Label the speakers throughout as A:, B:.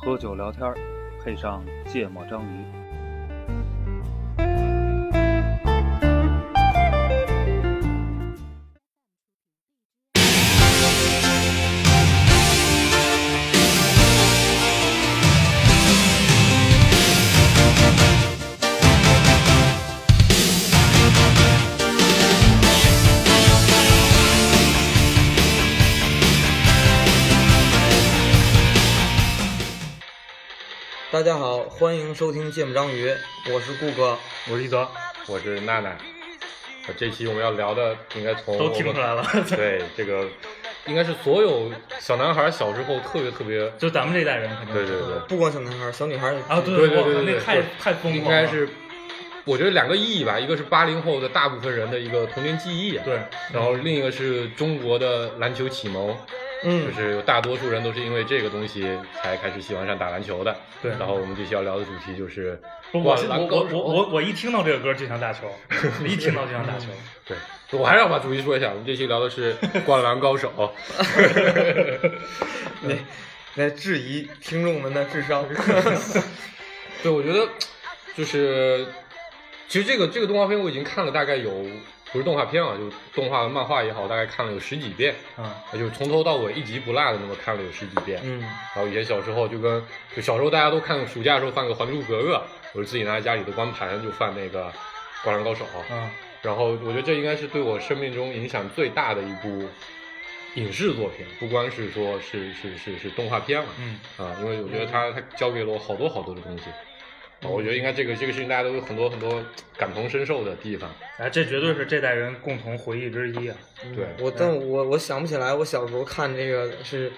A: 天儿，配上芥末章鱼。
B: 大家好，欢迎收听《芥末章鱼》，我是顾哥。哦
C: 我是一泽，
D: 我是娜娜。呃这期我们要聊的应该从
C: 都听出来了。
D: 我们对，这个应该是所有小男孩小时候特别特别，
C: 就咱们这一代人肯定
D: 对
C: 是
D: 对对，
B: 不光小男孩，小女孩也
C: 啊，对
D: 对
C: 对
D: 对对
C: 那
D: 对
C: 太
D: 对
C: 太疯狂了，
D: 应该是我觉得两个意义吧，一个是八零后的大部分人的一个童年记忆，啊
C: 对，
D: 然后另一个是中国的篮球启蒙，就
B: 嗯，
D: 是有大多数人都是因为这个东西才开始喜欢上打篮球的。
C: 对
D: 然后我们这期要聊的主题就是
C: 不我
D: 灌
C: 我
D: 篮
C: 我
D: 高手
C: 我我我一听到这个歌就想打 球，一听到就想打球。
D: 对，我还是要把主题说一下，我们这期聊的是《灌篮高手》。
B: 你来质疑听众们的智 商。
D: 对，我觉得就是，其实这个这个动画片我已经看了大概有，不是动画片啊，就是动画漫画也好，大概看了有十几遍，
C: 嗯，
D: 就是从头到尾一集不落的那么看了有十几 遍。
B: 嗯，
D: 然后以前小时候就跟就小时候大家都看暑假的时候翻个《还珠格格》，我就自己拿家里的光盘就翻那个《灌篮高手》啊
C: 嗯，
D: 然后我觉得这应该是对我生命中影响最大的一部影视作品，不光是说是是是是动画片了，
C: 嗯
D: 啊，因为我觉得它它教给了我好多好多的东西。啊我觉得应该这个这个事情大家都有很多很多感同身受的地方。
C: 哎，这绝对是这代人共同回忆之一啊。
D: 对
B: 我但
C: 嗯
B: 我我想不起来我小时候看这个是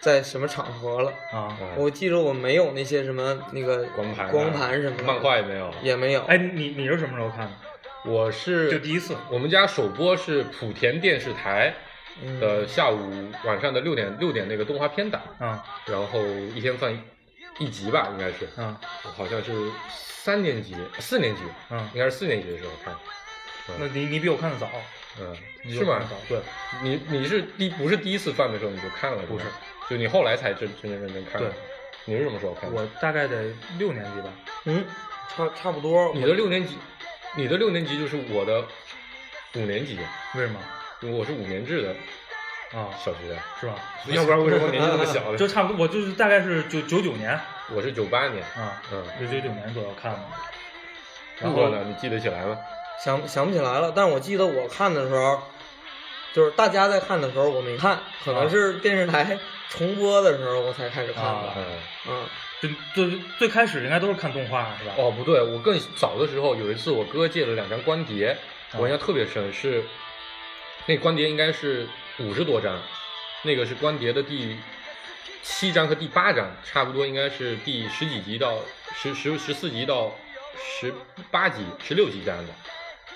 B: 在什么场合了。
C: 啊，
D: 嗯
B: 我记着我没有那些什么那个
D: 光盘啊
B: 光盘什么的，
D: 漫画也没有。
B: 也没有。
C: 哎，你你是什么时候看的？
D: 我是
C: 就第一次
D: 我们家首播是莆田电视台
B: 嗯
D: 的下午晚上的六点六点那个动画片档，
C: 啊
D: 然后一天放一集吧，应该是，
C: 啊
D: 我好像是三年级、四年级，
C: 嗯
D: 应该是四年级的时候看，
C: 那你你比我看的早，
D: 嗯，
C: 你
D: 是
C: 有
D: 吗
C: 看到？
D: 对，你你是第不是第一次放的时候你就看了，
C: 不
D: 吧
C: 是，
D: 就你后来才真真正认真看的。
C: 对，
D: 你是什么时候看的？
C: 我大概得六年级吧。
B: 嗯，差差不多。
D: 你的六年级，你的六年级就是我的五年级，
C: 为什么？
D: 因为我是五年制的
C: 啊，
D: 小学，
C: 是吧？
D: 要不然为什么年纪那么小
C: 就
D: 呢？
C: 差不多，我就是大概是九九九年
D: 我是九八年，
C: 啊，
D: 嗯，
C: 就九九年左右看的。然
D: 然
C: 后
D: 后呢？你记得起来吗？
B: 想想不起来了，但是我记得我看的时候，就是大家在看的时候我没看，可能是电视台重播的时候我才开始看
C: 啊
B: 的。
D: 嗯。
B: 嗯，
C: 就最最开始应该都是看动画是吧？
D: 哦，不对，我更早的时候有一次，我哥借了两张光碟，
C: 啊
D: 我印象特别深，是那光碟应该是五十多张，那个是光碟的第七张和第八张，差不多应该是第十几集到十十十四集到十八集、十六集这样的，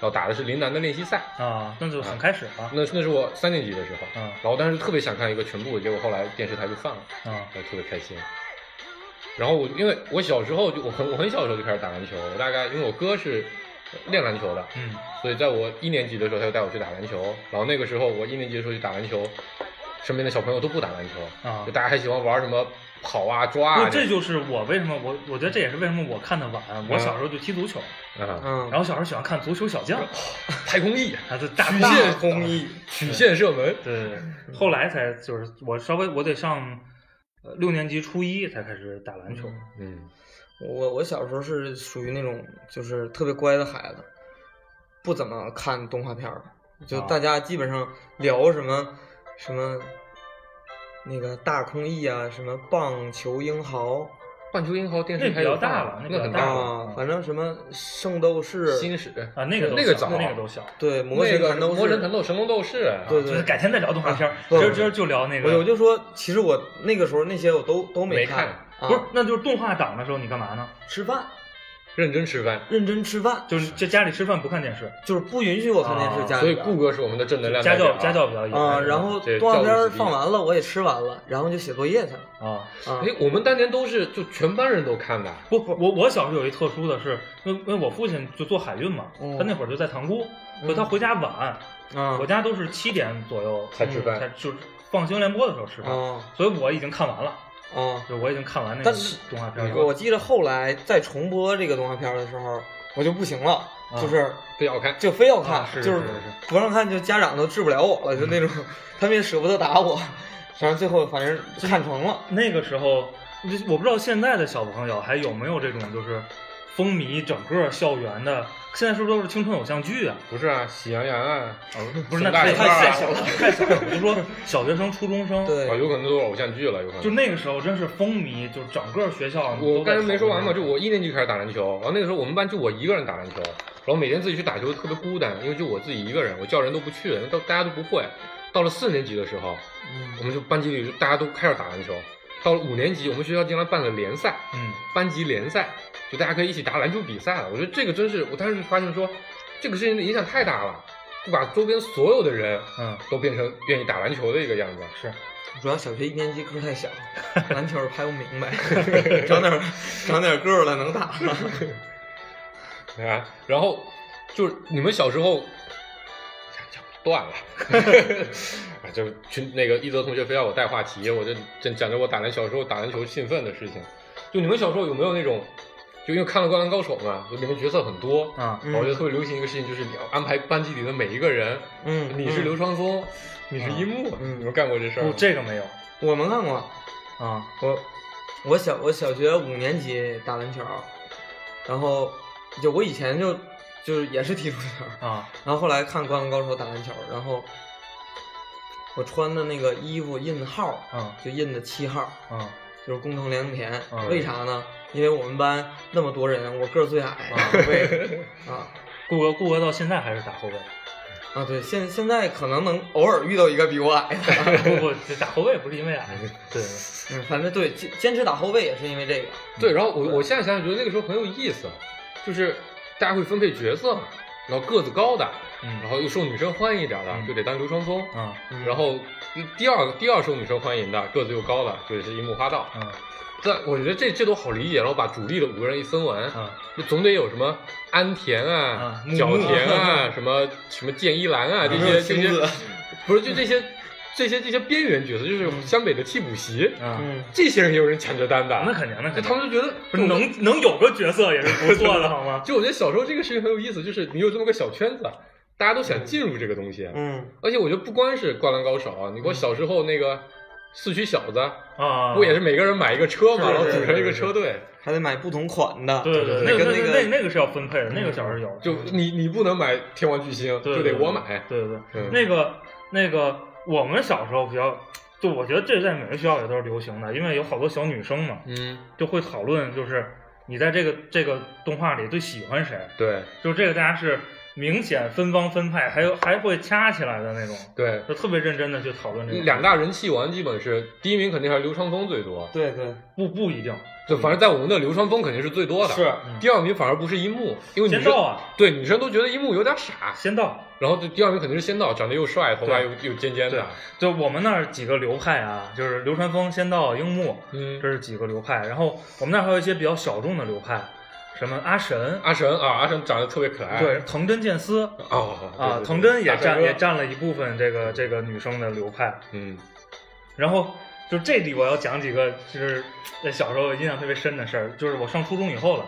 D: 然后打的是林南的练习赛。
C: 啊，那就很开始了。
D: 那那是我三年级的时候，
C: 啊
D: 然后当时特别想看一个全部，结果后来电视台就放了，
C: 啊
D: 我特别开心。然后我因为我小时候就我很我很小的时候就开始打篮球，我大概因为我哥是练篮球的，
C: 嗯
D: 所以在我一年级的时候他就带我去打篮球。然后那个时候我一年级的时候去打篮球，身边的小朋友都不打篮球，
C: 啊
D: 就，大家还喜欢玩什么跑啊抓啊
C: 不过这就是我为什么我我觉得这也是为什么我看的晚。我小时候就踢足球，
D: 啊，
B: 嗯，
C: 然后小时候喜欢看足球小将，
D: 太空翼、
C: 还是大
D: 曲
C: 大
D: 线
B: 空翼
D: 曲线射门，
C: 对，对对后来才就是我稍微我得上呃六年级初一才开始打篮球。
D: 嗯，
B: 我我小时候是属于那种就是特别乖的孩子，不怎么看动画片儿，就
C: 啊
B: 大家基本上聊什么什么那个大空翼啊，什么棒球英豪
D: 棒球英豪电视
C: 那
D: 台
C: 比较
D: 有放
C: 大了那比
D: 那
C: 较
D: 很
C: 大了
D: 了，
B: 啊，反正什么圣斗士，
D: 新史
C: 啊，那个都
D: 那个
C: 小
D: 早，
C: 那个都小。
B: 对魔神
D: 那个
B: 砍斗
D: 魔神
B: 士
D: 砍。斗神龙斗士，
B: 对
C: 就是改天再聊动画片儿
B: 啊，
C: 今
B: 不
C: 儿今儿就聊那
B: 我我
C: 个。
B: 就说，其实我那个时候那些我都都
D: 没
B: 看，啊、
D: 看
C: 不是，那就是动画档的时候你干嘛呢？
B: 吃饭，
D: 认真吃饭。
B: 认真吃饭，
C: 就是在家里吃饭不看电视，
B: 就是不允许我看电视
C: 啊
B: 家
D: 所
B: 里
D: 以
B: 边
D: 顾哥是我们的正能量
C: 家
D: 代表
C: 教
D: 啊
C: 家教比较严
B: 啊，
D: 对
B: 然后
D: 这
B: 动画
D: 教育
B: 片儿
D: 子弟
B: 放完了，我也吃完了，然后就写作业去了
C: 啊。
B: 啊
D: 哎。，我们当年都是就全班人都看的，
C: 不，我我小时候有一特殊的是，因为因为我父亲就做海运嘛，
B: 嗯
C: 他那会儿就在塘沽，
B: 嗯
C: 所以他回家晚，
B: 啊
C: 我家都是七点左
D: 嗯
C: 右嗯
D: 才吃
C: 才
D: 饭。嗯
C: 就是放新闻联播的时候吃饭，
B: 啊
C: 所以我已经看完了。
B: 啊、
C: 就我已经看完那个
B: 但是
C: 动画片了。
B: 我记得后来在重播这个动画片的时候，我就不行了，
C: 啊
B: 就是
D: 非要看，
B: 就非要看，
C: 啊是
B: 就是
C: 是是
B: 不让看，就家长都治不了我了，就那种，他们也舍不得打我。反正最后反正看成了，
C: 那个时候，我不知道现在的小朋友还有没有这种就是风靡整个校园的。现在是不是都是青春偶像剧啊？
D: 不是啊，喜羊羊啊，
C: 哦，不是，那
D: 熊大
C: 太
D: 熊二啊
C: 太小了，太小了。我就说小学生、初中生，，
B: 对
D: 啊，，有可能都是偶像剧了，有可能。
C: 就那个时候真是风靡，就整个学校。
D: 我刚才没说完嘛，就我一年级开始打篮球，哦然后那个时候我们班就我一个人打篮球，然后每天自己去打球特别孤单，因为就我自己一个人，我叫人都不去，都大家都不会。到了四年级的时候，我
B: 嗯，
D: 们就班级里就大家都开始打篮球。到了五年级，我们学校竟然办了联赛，
C: 嗯，
D: 班级联赛，就大家可以一起打篮球比赛了。我觉得这个真是，我当时就发现说，这个事情的影响太大了，就把周边所有的人
C: 嗯，
D: 都变成愿意打篮球的一个样子。
C: 是，
B: 主要小学一年级个儿太小，篮球拍不明白， 长点儿长点儿个儿了能打吗？
D: 对吧？然后就是你们小时候，讲讲断了，啊，就是群那个一泽同学非要我带话题，我就讲讲着我打篮小时候打篮球兴奋的事情。就你们小时候有没有那种，就因为看了《灌篮高手》嘛，就里面角色很多。
C: 啊，
B: 嗯
D: 然后我觉得特别流行一个事情，就是你要安排班级里的每一个人，
B: 嗯
D: 你是
B: 嗯
D: 流川枫，你是樱木，
B: 嗯
D: 你们干过这事儿吗
C: 我？这个没有
B: 我们看过，
C: 啊，
B: 我我小我小学五年级打篮球，然后就我以前就就是也是踢足球，
C: 啊，
B: 然后后来看《灌篮高手》打篮球，然后我穿的那个衣服印号，
C: 嗯
B: 就印的七号，
C: 嗯
B: 就是工藤良田。
C: 嗯
B: 为啥呢？因为我们班那么多人，我个儿最矮，
C: 啊
B: 对啊
C: 顾哥，顾哥到现在还是打 后卫，
B: 啊对，现现在可能能偶尔遇到一个比我矮 的，
C: 不不，这打后卫不是因为矮， 对，
B: 嗯，反正对坚坚持打后卫也是因为这个，
D: 对，然后我我现在想想觉得那个时候很有意思，就是大家会分配角色嘛，然后个子高的，
C: 嗯
D: 然后又受女生欢迎一点的，
C: 嗯
D: 就得当流川枫，
C: 啊
B: 嗯
D: 然后第二第二受女生欢迎的，个子又高的，就是樱木花道。
C: 嗯
D: 但我觉得这这都好理解，然后把主力的五个人一分完，
C: 啊
D: 就总得有什么安田啊
C: 啊、木
D: 角
C: 木
D: 田啊、什么什么剑一郎啊这
B: 还有
D: 些这
B: 晴子
D: 些，不是就这些这些这些边缘角色，就是湘北的替补席，
C: 啊，
B: 嗯，
D: 这些人也有人抢着担的，
C: 那肯定，那
D: 就
C: 肯定，
D: 他们就觉得
C: 不是能能有个角色也是不 错的好吗？
D: 就我觉得小时候这个事情很有意思，就是你有这么个小圈子，大家都想进入这个东西。
B: 嗯
D: 而且我觉得不光是《灌篮高手》，啊你给我小时候那个四驱小子，
C: 嗯啊，
D: 不也是每个人买一个车嘛，
B: 是
D: 然后
B: 是
D: 组成一个
C: 是
D: 车队。
B: 还得买不同款的，
C: 对对，那
B: 跟
C: 那
B: 个
C: 那那个是要分配的，那个小时候有，
D: 就你你不能买天王巨星，
C: 嗯对
D: 就得我买。
C: 对对
D: 嗯
C: 对，那个那个，我们小时候比较，就我觉得这在每个学校也都是流行的，因为有好多小女生嘛，
D: 嗯，
C: 就会讨论，就是你在这个这个动画里最喜欢谁，
D: 对
C: 就这个大家是明显分帮分派，还有还会掐起来的那种，
D: 对，
C: 就特别认真的去讨论这个。
D: 两大人气王基本是第一名肯定还是流川枫最多，
B: 对对，
C: 不不一定，
D: 就反正在我们那流川枫肯定是最多的。
B: 是
C: 嗯
D: 第二名反而不是樱木，因为女
C: 仙
D: 生
C: 道啊，
D: 对女生都觉得樱木有点傻，
C: 仙道，
D: 然后就第二名肯定是仙道，长得又帅，头发又又尖尖的。
C: 就我们那儿几个流派啊，就是流川枫、仙道、樱木，
D: 嗯，
C: 这是几个流派。然后我们那儿还有一些比较小众的流派，什么阿神，
D: 阿神啊，阿神长得特别可爱。
C: 对，藤真健司
D: 哦
C: 啊，
D: 对对对
C: 藤真也
D: 大帅
C: 占
D: 哥
C: 也占了一部分这个这个女生的流派。
D: 嗯，
C: 然后就这里我要讲几个，就是在小时候印象特别深的事儿，就是我上初中以后了。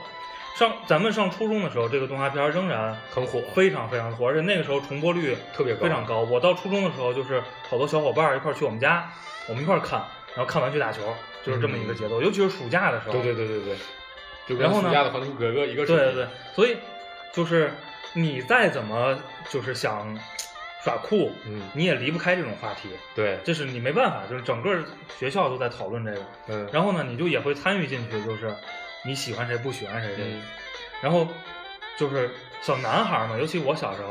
C: 上咱们上初中的时候，这个动画片儿仍然
D: 很火
C: 非常非常火，而且那个时候重播率
D: 特别高
C: 非常高。我到初中的时候，就是好多小伙伴儿一块儿去我们家，我们一块儿看，然后看完去打球，就是这么一个节奏。尤其是暑假的时候，
D: 嗯对对对对对，就跟
C: 然后呢
D: 暑假的《还珠格格》一个水
C: 对
D: 平
C: 对对，所以就是你再怎么就是想耍酷，
D: 嗯
C: 你也离不开这种话题，
D: 对
C: 这是你没办法，就是整个学校都在讨论这个。
D: 嗯，
C: 然后呢，你就也会参与进去，就是你喜欢谁不喜欢谁这个。
D: 嗯
C: 然后就是小男孩嘛，尤其我小时候，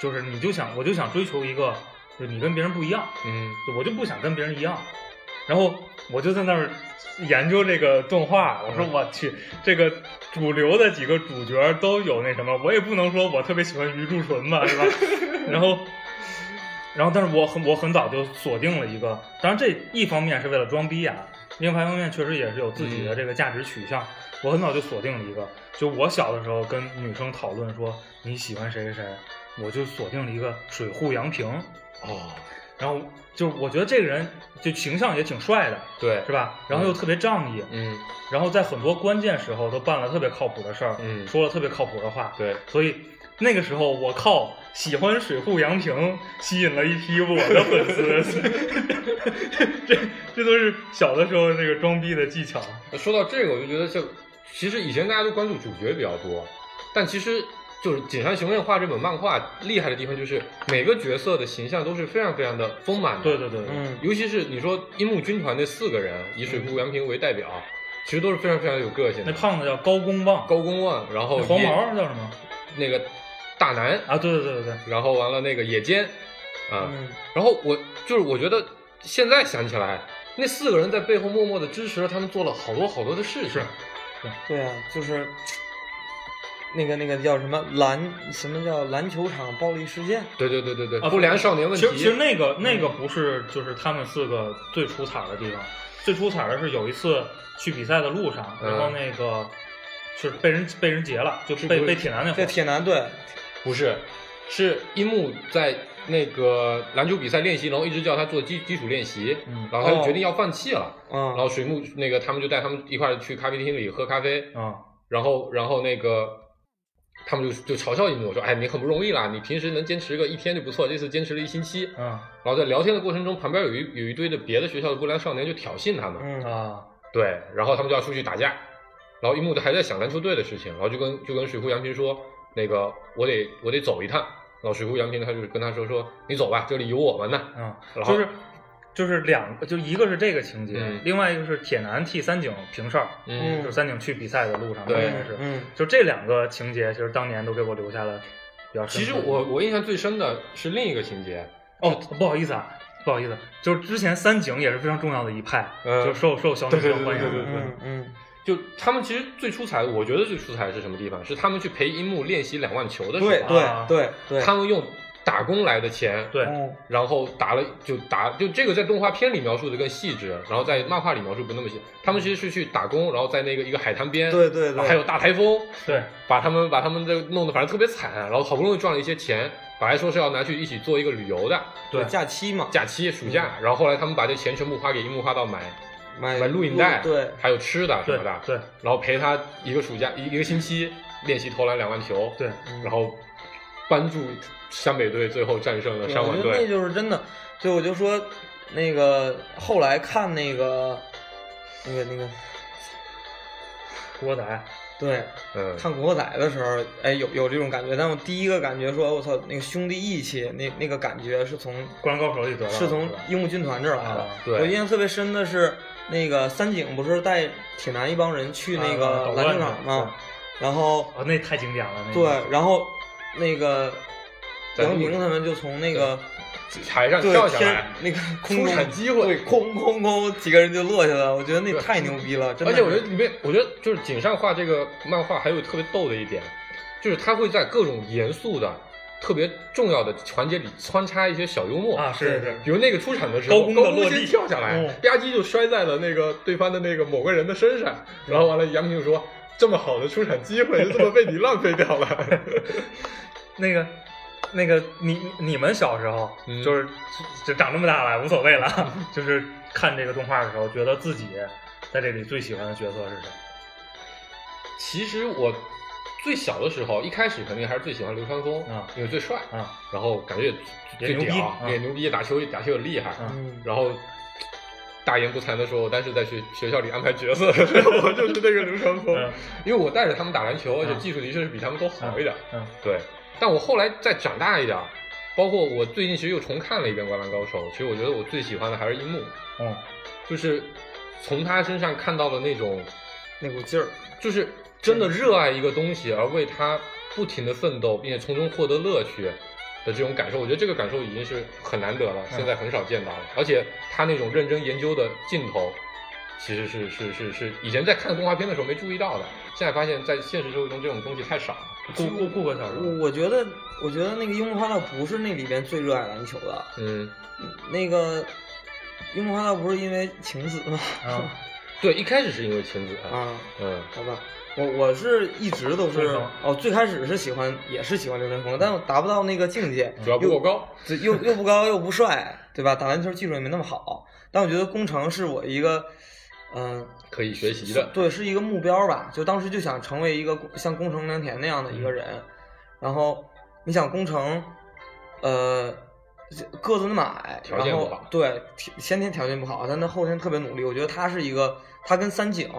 C: 就是你就想我就想追求一个，就你跟别人不一样，
D: 嗯
C: 就我就不想跟别人一样。然后我就在那儿研究这个动画，我说我去，这个主流的几个主角都有那什么，我也不能说我特别喜欢于柱纯吧，是吧？ 然后，然后，但是我很我很早就锁定了一个，当然这一方面是为了装逼啊，另外一方面确实也是有自己的这个价值取向。我很早就锁定了一个，就我小的时候跟女生讨论说你喜欢谁谁谁，我就锁定了一个水户洋平。
D: 哦，
C: 然后就是我觉得这个人就形象也挺帅的，
D: 对
C: 是，吧？然后又特别仗义，
D: 嗯，
C: 然后在很多关键时候都办了特别靠谱的事儿，
D: 嗯
C: 说了特别靠谱的话，
D: 对，
C: 所以那个时候我靠喜欢水户洋平吸引了一批我的 粉丝，这这都是小的时候那个装逼的技巧，
D: 那说到这个，我就觉得就其实以前大家都关注主角比较多，但其实就是井上雄彦画这本漫画厉害的地方，就是每个角色的形象都是非常非常的丰满的。
C: 对对对，
B: 嗯
D: 尤其是你说樱木军团那四个人，以水户洋平为代表，其实都是非常非常有个性
C: 那
D: 的。
C: 胖子叫高公望，
D: 高哦公望，然后
C: 那黄
D: 野
C: 毛叫什么？
D: 那个大南，
C: 啊，对对对对对，
D: 然后完了那个野间，啊，
B: 嗯，
D: 然后我就是我觉得现在想起来，那四个人在背后默默的支持了他们，做了好多好多的事情。
C: 是
B: 对啊，就是那个那个叫什么篮什么叫篮球场暴力事件，
D: 对对对对对，
C: 啊
D: 不良少年问
C: 其
D: 题。
C: 实其实那个那个不是就是他们四个最出彩的地方，最出彩的是有一次去比赛的路上，
D: 嗯
C: 然后那个是被人被人劫了，就被
D: 不是
C: 被铁男那会
B: 在
C: 儿。
B: 铁男队，
D: 不是，是樱木在那个篮球比赛练习，然后一直叫他做基基础练习，
C: 嗯
D: 然后他就
B: 哦
D: 决定要放弃了。然
B: 嗯，
D: 后水木那个他们就带他们一块儿去咖啡厅里喝咖啡，
B: 嗯
C: 啊，
D: 然后然后那个他们就就嘲笑樱木说：“哎，你很不容易啦，你平时能坚持个一天就不错，这次坚持了一星期。”
C: 嗯
D: 然后在聊天的过程中，旁边有一有一堆的别的学校的不良少年就挑衅他们，
B: 嗯，
C: 啊，
D: 对，然后他们就要出去打架，然后樱木还在想篮球队的事情，然后就跟就跟水户洋平说，那个我得我得走一趟，然后水户洋平他就跟他说说你走吧，这里有我们呢，
C: 嗯，
D: 然后
C: 就是就是两个，就一个是这个情节，
D: 嗯
C: 另外一个是铁男替三井平事儿，
D: 嗯
B: 嗯
C: 就是三井去比赛的路上，
D: 对
C: 应该是，
B: 嗯，
C: 就这两个情节，其实当年都给我留下了比较深
D: 其实
C: 刻的印象。
D: 我我印象最深的是另一个情节，
C: 哦，不好意思啊，不好意思，就是之前三井也是非常重要的一派，
D: 嗯
C: 就受受小女
D: 对
C: 生欢迎。
D: 对对对
B: 嗯嗯，
D: 就他们其实最出彩，我觉得最出彩的是什么地方？是他们去陪樱木练习两万球的时候，
B: 对
C: 啊
B: 对对对，
D: 他们用打工来的钱，
C: 对
B: 嗯
D: 然后打了就打，就这个在动画片里描述的更细致，然后在漫画里描述不那么细。他们其实是去打工，然后在那个一个海滩边，
B: 对对
D: 然后
B: 对，
D: 还有大台风，
C: 对
D: 把他们把他们这弄得反正特别惨，啊然后好不容易赚了一些钱，本来说是要拿去一起做一个旅游的
C: 对
B: 假期嘛，
D: 假期暑假，然后后来他们把这钱全部花给樱木花道买
B: 嗯买
D: 买录影带，
B: 对，
D: 还有吃的什
C: 对
D: 么的，
C: 对
D: 然后陪他一个暑假一一个星期练习投篮两万球，
C: 对，
B: 嗯
D: 然后帮助湘北队最后战胜了
B: 对
D: 山
B: 我
D: 晚
B: 觉得那
D: 队，
B: 就是真的，就我就说那个后来看那个那个那个，
C: 郭仔，
B: 对，
D: 嗯，
B: 看《古惑仔》的时候，哎，有有这种感觉，但我第一个感觉说，我操，那个兄弟义气，那那个感觉是从
C: 灌篮高手里得到的
B: 是从
C: 吧
B: 樱木军团这儿来的
C: 啊。
D: 对
B: 我印象特别深的是，那个三井不是带铁男一帮人去那
C: 啊
B: 个
C: 捣乱
B: 篮球
C: 的
B: 场嘛，然后
C: 哦，那太经典了，那个
B: 对，然后那个
D: 在
B: 杨
D: 路
B: 明
D: 上
B: 他们就从那个
D: 台上
B: 对
D: 跳下
B: 天
D: 来，
B: 那个空
D: 出
B: 中
D: 场机会
B: 对，。空空空几个人就落下来了，我觉得那
D: 对
B: 太牛逼了，真的是。
D: 而且我觉得里面，我觉得就是井上画这个漫画还有特别逗的一点，就是他会在各种严肃的、特别重要的环节里穿插一些小幽默
C: 啊，。是是是，
D: 比如那个出场的时候，
C: 高
D: 高
C: 弓的落
D: 先
C: 地
D: 跳下来
C: 嗯，
D: 吧唧就摔在了那个对方的那个某个人的身上，然后完了，杨平就说：“这么好的出场机会，就这么被你浪费掉了。
C: 那个。那个你你们小时候、
D: 嗯
C: 就是就长这么大了无所谓了，就是看这个动画的时候，觉得自己在这里最喜欢的角色是谁？”
D: 其实我最小的时候，一开始肯定还是最喜欢流川枫
C: 啊
D: 因为最帅，
C: 啊？
D: 然后感觉也
C: 也
D: 最
C: 牛逼
D: 屌，
C: 啊
D: 也牛逼，啊打球也打球也厉害，
C: 嗯
B: 嗯，
D: 然后大言不惭的说，我当时在学学校里安排角色 的时候，我就是那个流川枫
B: 哦
C: 嗯，
D: 因为我带着他们打篮球，而且
C: 嗯
D: 技术的确是比他们都好一点。
C: 嗯
D: 对，但我后来再长大一点，包括我最近其实又重看了一遍《灌篮高手》，其实我觉得我最喜欢的还是樱木，
C: 嗯，
D: 就是从他身上看到了那种，
B: 那股劲儿，
D: 就是真的热爱一个东西而为他不停的奋斗，并且从中获得乐趣。的这种感受，我觉得这个感受已经是很难得了，
C: 嗯
D: 现在很少见到了。而且他那种认真研究的劲头，其实是是是是以前在看动画片的时候没注意到的，现在发现，在现实生活中这种东西太少了。
C: 顾顾顾客小时候
B: 我我觉得，我觉得那个樱木花道不是那里边最热爱篮球的，
D: 嗯，
B: 那个樱木花道不是因为晴子吗？
C: 啊，
D: 对，一开始是因为晴子，
B: 啊，
D: 嗯，
B: 好吧，我我是一直都
C: 刘
B: 是
C: 畊
B: 哦，最开始是喜欢也是喜欢刘晨风，但我达不到那个境界，
D: 主要不够高。
B: 对又又不高又不帅，对吧？打篮球技术也没那么好，但我觉得工程是我一个，嗯、
D: 可以学习的，
B: 对，是一个目标吧。就当时就想成为一个像宫城良田那样的
D: 嗯
B: 一个人。然后你想宫城，呃，个子那么矮，
D: 条件
B: 然后
D: 不好
B: 对，天先天条件不好，但他后天特别努力。我觉得他是一个，他跟三井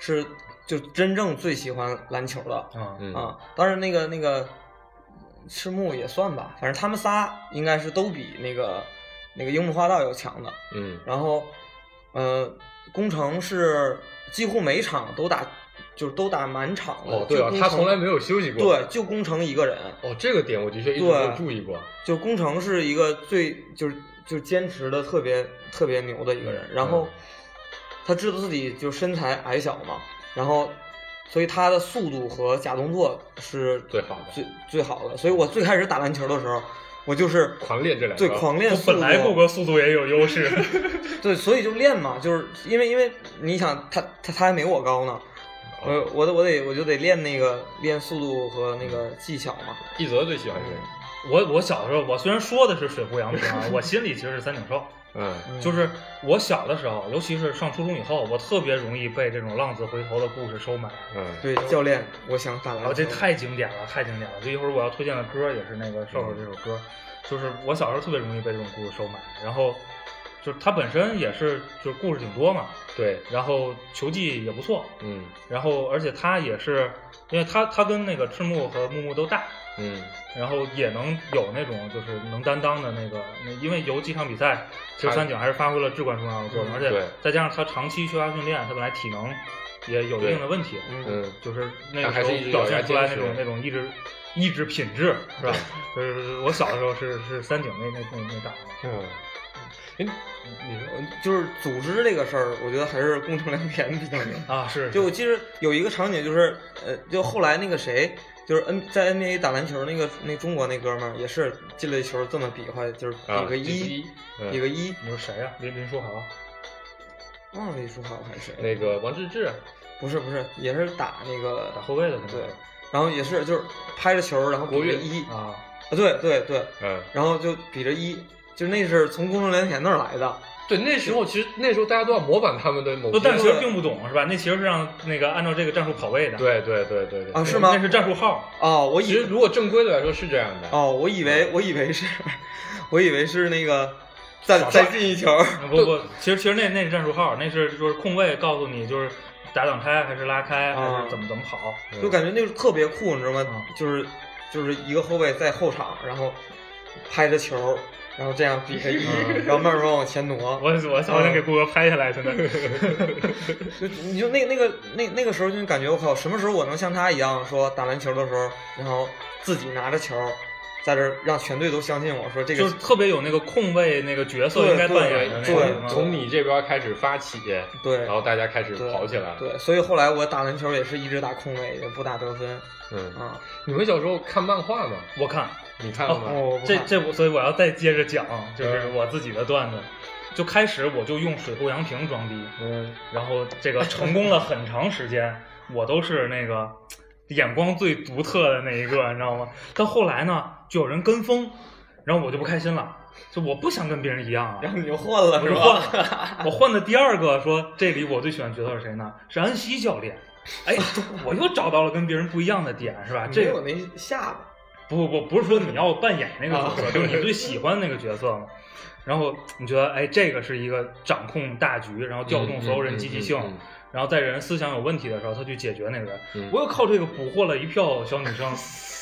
B: 是就真正最喜欢篮球的。
C: 啊，
D: 嗯
B: 啊，当然那个那个赤木也算吧，反正他们仨应该是都比那个那个樱木花道要强的。
D: 嗯
B: 然后，呃，工程是几乎每场都打，就是都打满场的。
D: 哦对啊
B: 就，工
D: 他
B: 程
D: 从来没有休息过。
B: 对，就工程一个人，
D: 哦，这个点我的确一直没有
B: 对
D: 注意过。
B: 就工程是一个最就是就是坚持的特别特别牛的一个人。然后
D: 嗯，
B: 他知道自己就身材矮小嘛，然后。所以他的速度和假动作是
D: 最好的
B: 最最好的。所以我最开始打篮球的时候，我就是
D: 狂练这两
B: 对
D: 招
B: 狂练
C: 我
B: 速度。啊
C: 本来不哥速度也有 优势，
B: 对，所以就练嘛，就是因为因为你想他他他还没我高呢，我
D: 哦
B: 我得我得我就得练那个练速度和那个技巧嘛。
D: 一泽最喜欢谁？
C: 我我小时候，我虽然说的是水户洋平啊，我心里其实是三井寿。
D: 嗯
C: 就是我小的时候，尤其是上初中以后，我特别容易被这种浪子回头的故事收买。
D: 嗯，
B: 对教练，我想打篮
C: 然
B: 球。
C: 哦后这太经典了，太经典了！这一会儿我要推荐的歌也是那个瘦瘦这首歌，就是我小时候特别容易被这种故事收买。然后就是它本身也是就是故事挺多嘛，
D: 对，
C: 然后球技也不错，
D: 嗯
C: 然后而且他也是，因为他他跟那个赤木和木木都大，
D: 嗯
C: 然后也能有那种就是能担当的那个，那因为有几场比赛，其实三井还是发挥了至关重要的作用，
B: 嗯
C: 而且
D: 对
C: 再加上他长期缺乏训练，他本来体能也有一定的问题，
B: 嗯，
D: 嗯，
C: 就是那
D: 但
C: 个
D: 还
C: 时
D: 是
C: 候表现出来
D: 咬牙
C: 那种
D: 坚持
C: 那种意志意志品质是吧？就是我小的时候是是三井那那那那档子，
D: 嗯，哎，你说
B: 就是组织这个事儿，我觉得还是工程良田比较牛。
C: 啊，是
B: 就我记得有一个场景，就是呃，就后来那个谁，就是 N 在 NBA 打篮球那个那中国那哥们儿，也是进了球这么比划，就是
D: 啊
B: 比个
D: 一
B: 一，
D: 嗯
B: 比个一，
C: 你说谁呀、啊林林书豪，
B: 忘了李书豪还是谁？
D: 那个王治郅，啊
B: 不是不是，也是打那个
C: 打后卫的可能
B: 对，然后也是就是拍着球，然后比
D: 国
B: 着
D: 运
B: 一，啊
C: 啊，
B: 对对对，
D: 嗯，
B: 然后就比着一，就那是从工程良田那儿来的，
D: 对，那时候其实那时候大家都要模仿他们的某
C: 不，
B: 哦
D: 些，
C: 但其实并不懂是吧？那其实是让那个按照这个战术跑位的，，
D: 对对对对对
B: 啊是吗
C: 那是战术号，
B: 哦，我
D: 其
B: 以
D: 实如果正规的来说是这样的，
B: 哦，我以为我以为是， 我以为是那个再
C: 耍帅
B: 再进一球，
C: 啊不不，其实其实那那是战术号，那是就是控卫告诉你就是打挡拆还是拉开还
B: 啊
C: 是怎么怎么跑，
D: 嗯
B: 就感觉那个特别酷，你知道
D: 啊
B: 吗
C: 嗯？
B: 就是就是一个后卫在后场，然后拍着球，然后这样比着 一，然后慢慢往前挪，
C: 我我
B: 啊
C: 好想给顾哥拍下 来，真的。
B: 就你就那那个那那个时候就感觉我靠，什么时候我能像他一样说打篮球的时候，然后自己拿着球，在这儿让全队都相信我说这个
C: 就是特别有那个控卫那个角色
B: 对
C: 应该扮演的
B: 对
D: 对，
C: 那个
D: 从
C: 嗯，
D: 从你这边开始发起，
B: 对
D: 然后大家开始
B: 对
D: 跑起来，
B: 对，所以后来我打篮球也是一直打控卫，也不打得分
D: 嗯，
B: 啊。
D: 你们小时候看漫画吗？
C: 我看
D: 你看了吗？
B: 哦我不
C: 这
B: 看
C: 这我，所以我要再接着讲，就是
D: 嗯
C: 我自己的段子。就开始我就用水户洋平装逼，
D: 嗯，
C: 然后这个成功了很长 时间，我都是那个眼光最独特的那一个，你知道吗？到后来呢，就有人跟风，然后我就不开心了，就我不想跟别人一样啊，
B: 然后你就换了
C: 我
B: 是
C: 就换
B: 吧？
C: 了， 我换的第二个说这里我最喜欢角色是谁呢？是安西 教练。哎，我又找到了跟别人不一样的点，是吧？
B: 没
C: 这
B: 有
C: 个
B: 那下巴，
C: 不不不是说你要扮演那个角 色，
D: 啊
C: 就是你最喜欢那个角色嘛。然后你觉得，哎，这个是一个掌控大局，然后调动所有人积极性，
D: 嗯嗯嗯嗯
C: 然后在人思想有问题的时候，他去解决那个人。
D: 嗯
C: 我又靠这个捕获了一票小女生，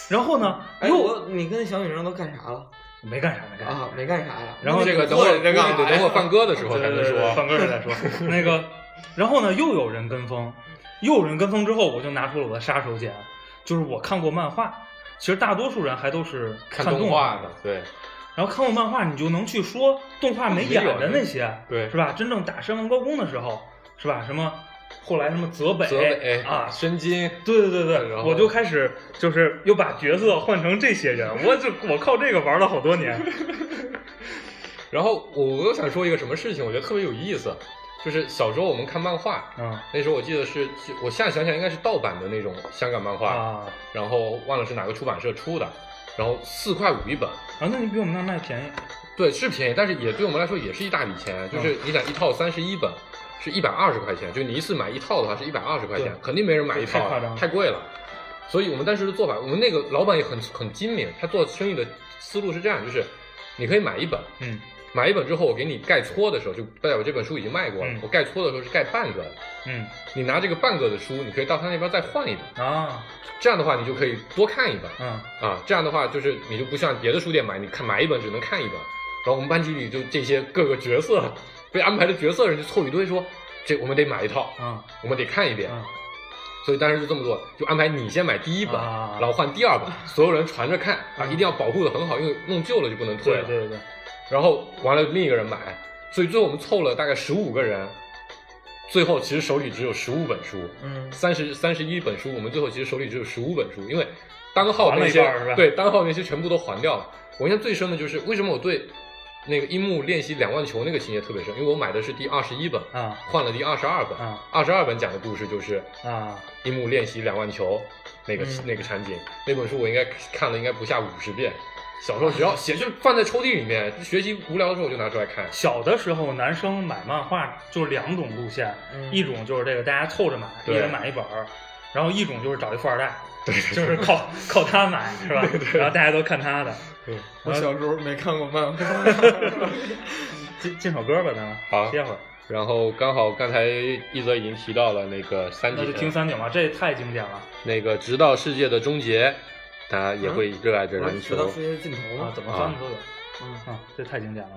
C: 然后呢，
B: 哎，
C: 又
B: 我你跟小女生都干啥了
C: 没干啥，没干啥。
B: 啊？没干啥呀？
C: 然后
D: 这个等
B: 做
D: 会儿
B: 人家干
D: 对
B: 啥
D: 等会儿
B: 呀？
D: 放歌的时候
C: 对
D: 咱们
C: 对对对，放
D: 说，
C: 歌儿再说。那个，然后呢，又有人跟风，又有人跟风之后，我就拿出了我的杀手锏，就是我看过漫画，其实大多数人还都是
D: 看
C: 动
D: 动画的，对
C: 然后看过漫画，你就能去说动画没演的那些，
D: 对
C: 是吧？真正打山王高攻的时候，是吧？什么后来什么泽北
D: 泽北
C: 啊，
D: 申京，
C: 对对对对，
D: 然后
C: 我就开始就是又把角色换成这些 人，我就我靠这个玩了好多年。
D: 然后我又想说一个什么事情，我觉得特别有意思，就是小时候我们看漫画，
C: 啊
D: 那时候我记得是，我现在想想应该是盗版的那种香港漫画，
C: 啊
D: 然后忘了是哪个出版社出的，然后四块五一本，
C: 啊，那你比我们那儿卖便宜。
D: 对，是便宜，但是也对我们来说也是一大笔钱，
C: 嗯
D: 就是你想一套三十一本，是一百二十块钱，就你一次买一套的话是一百二十块钱
C: 对，
D: 肯定没人买一套
C: 太夸张了
D: 啊，太贵了。所以我们当时的做法，我们那个老板也很很精明，他做生意的思路是这样，就是你可以买一本，
C: 嗯
D: 买一本之后我给你盖戳的时候，就代表这本书已经卖过了，
C: 嗯
D: 我盖戳的时候是盖半个的，
C: 嗯
D: 你拿这个半个的书，你可以到他那边再换一本，
C: 啊
D: 这样的话你就可以多看一本。
C: 嗯
D: 啊，这样的话就是你就不像别的书店买，你看买一本只能看一本。然后我们班级里就这些各个角色被安排的角色人就凑一堆说，这我们得买一套，
C: 啊
D: 我们得看一遍。
C: 啊
D: 所以当时就这么做，就安排你先买第一本，
C: 啊
D: 然后换第二本，所有人传着看啊，一定要保护的很好，因为弄旧了就不能退
C: 对
D: 了。
C: 对对，
D: 然后完了另一个人买，所以最后我们凑了大概十五个人，最后其实手里只有十五本书。
B: 嗯，
D: 三十三十一本书，我们最后其实手里只有十五本书，因为单号
C: 还了
D: 那
C: 一
D: 些
C: 半儿是吧
D: 对单号那些全部都还掉了。我印象最深的就是为什么我对那个樱木练习两万球那个情节特别深，因为我买的是第二十一本，
C: 啊
D: 换了第二十二本
C: 啊，
D: 二十二本讲的故事就是
C: 啊
D: 樱木练习两万球那个、
B: 嗯
D: 那个场景，那本书我应该看了应该不下五十遍。小时候只要写就放在抽屉里面，学习无聊的时候我就拿出来看。
C: 小的时候，男生买漫画就是两种路线，
B: 嗯
C: 一种就是这个大家凑着买，一
D: 对
C: 人买一本儿，然后一种就是找一富二代，就是靠靠他买是吧？然后大家都看他的。
B: 我
C: 然后
B: 小时候没看过漫 画。
C: 进进首歌吧，咱们
D: 好
C: 歇会儿，
D: 然后刚好刚才一泽已经提到了那个三
C: 那
D: 体
C: 就
D: 人，
C: 听三九嘛，这也太经典了
D: 那个直到世界的终结，他也会热爱着篮
B: 直
D: 球
B: 到。世界尽头
C: 啊
B: 了！，
C: 怎么翻的都有
B: 嗯
C: 啊，这太经典了。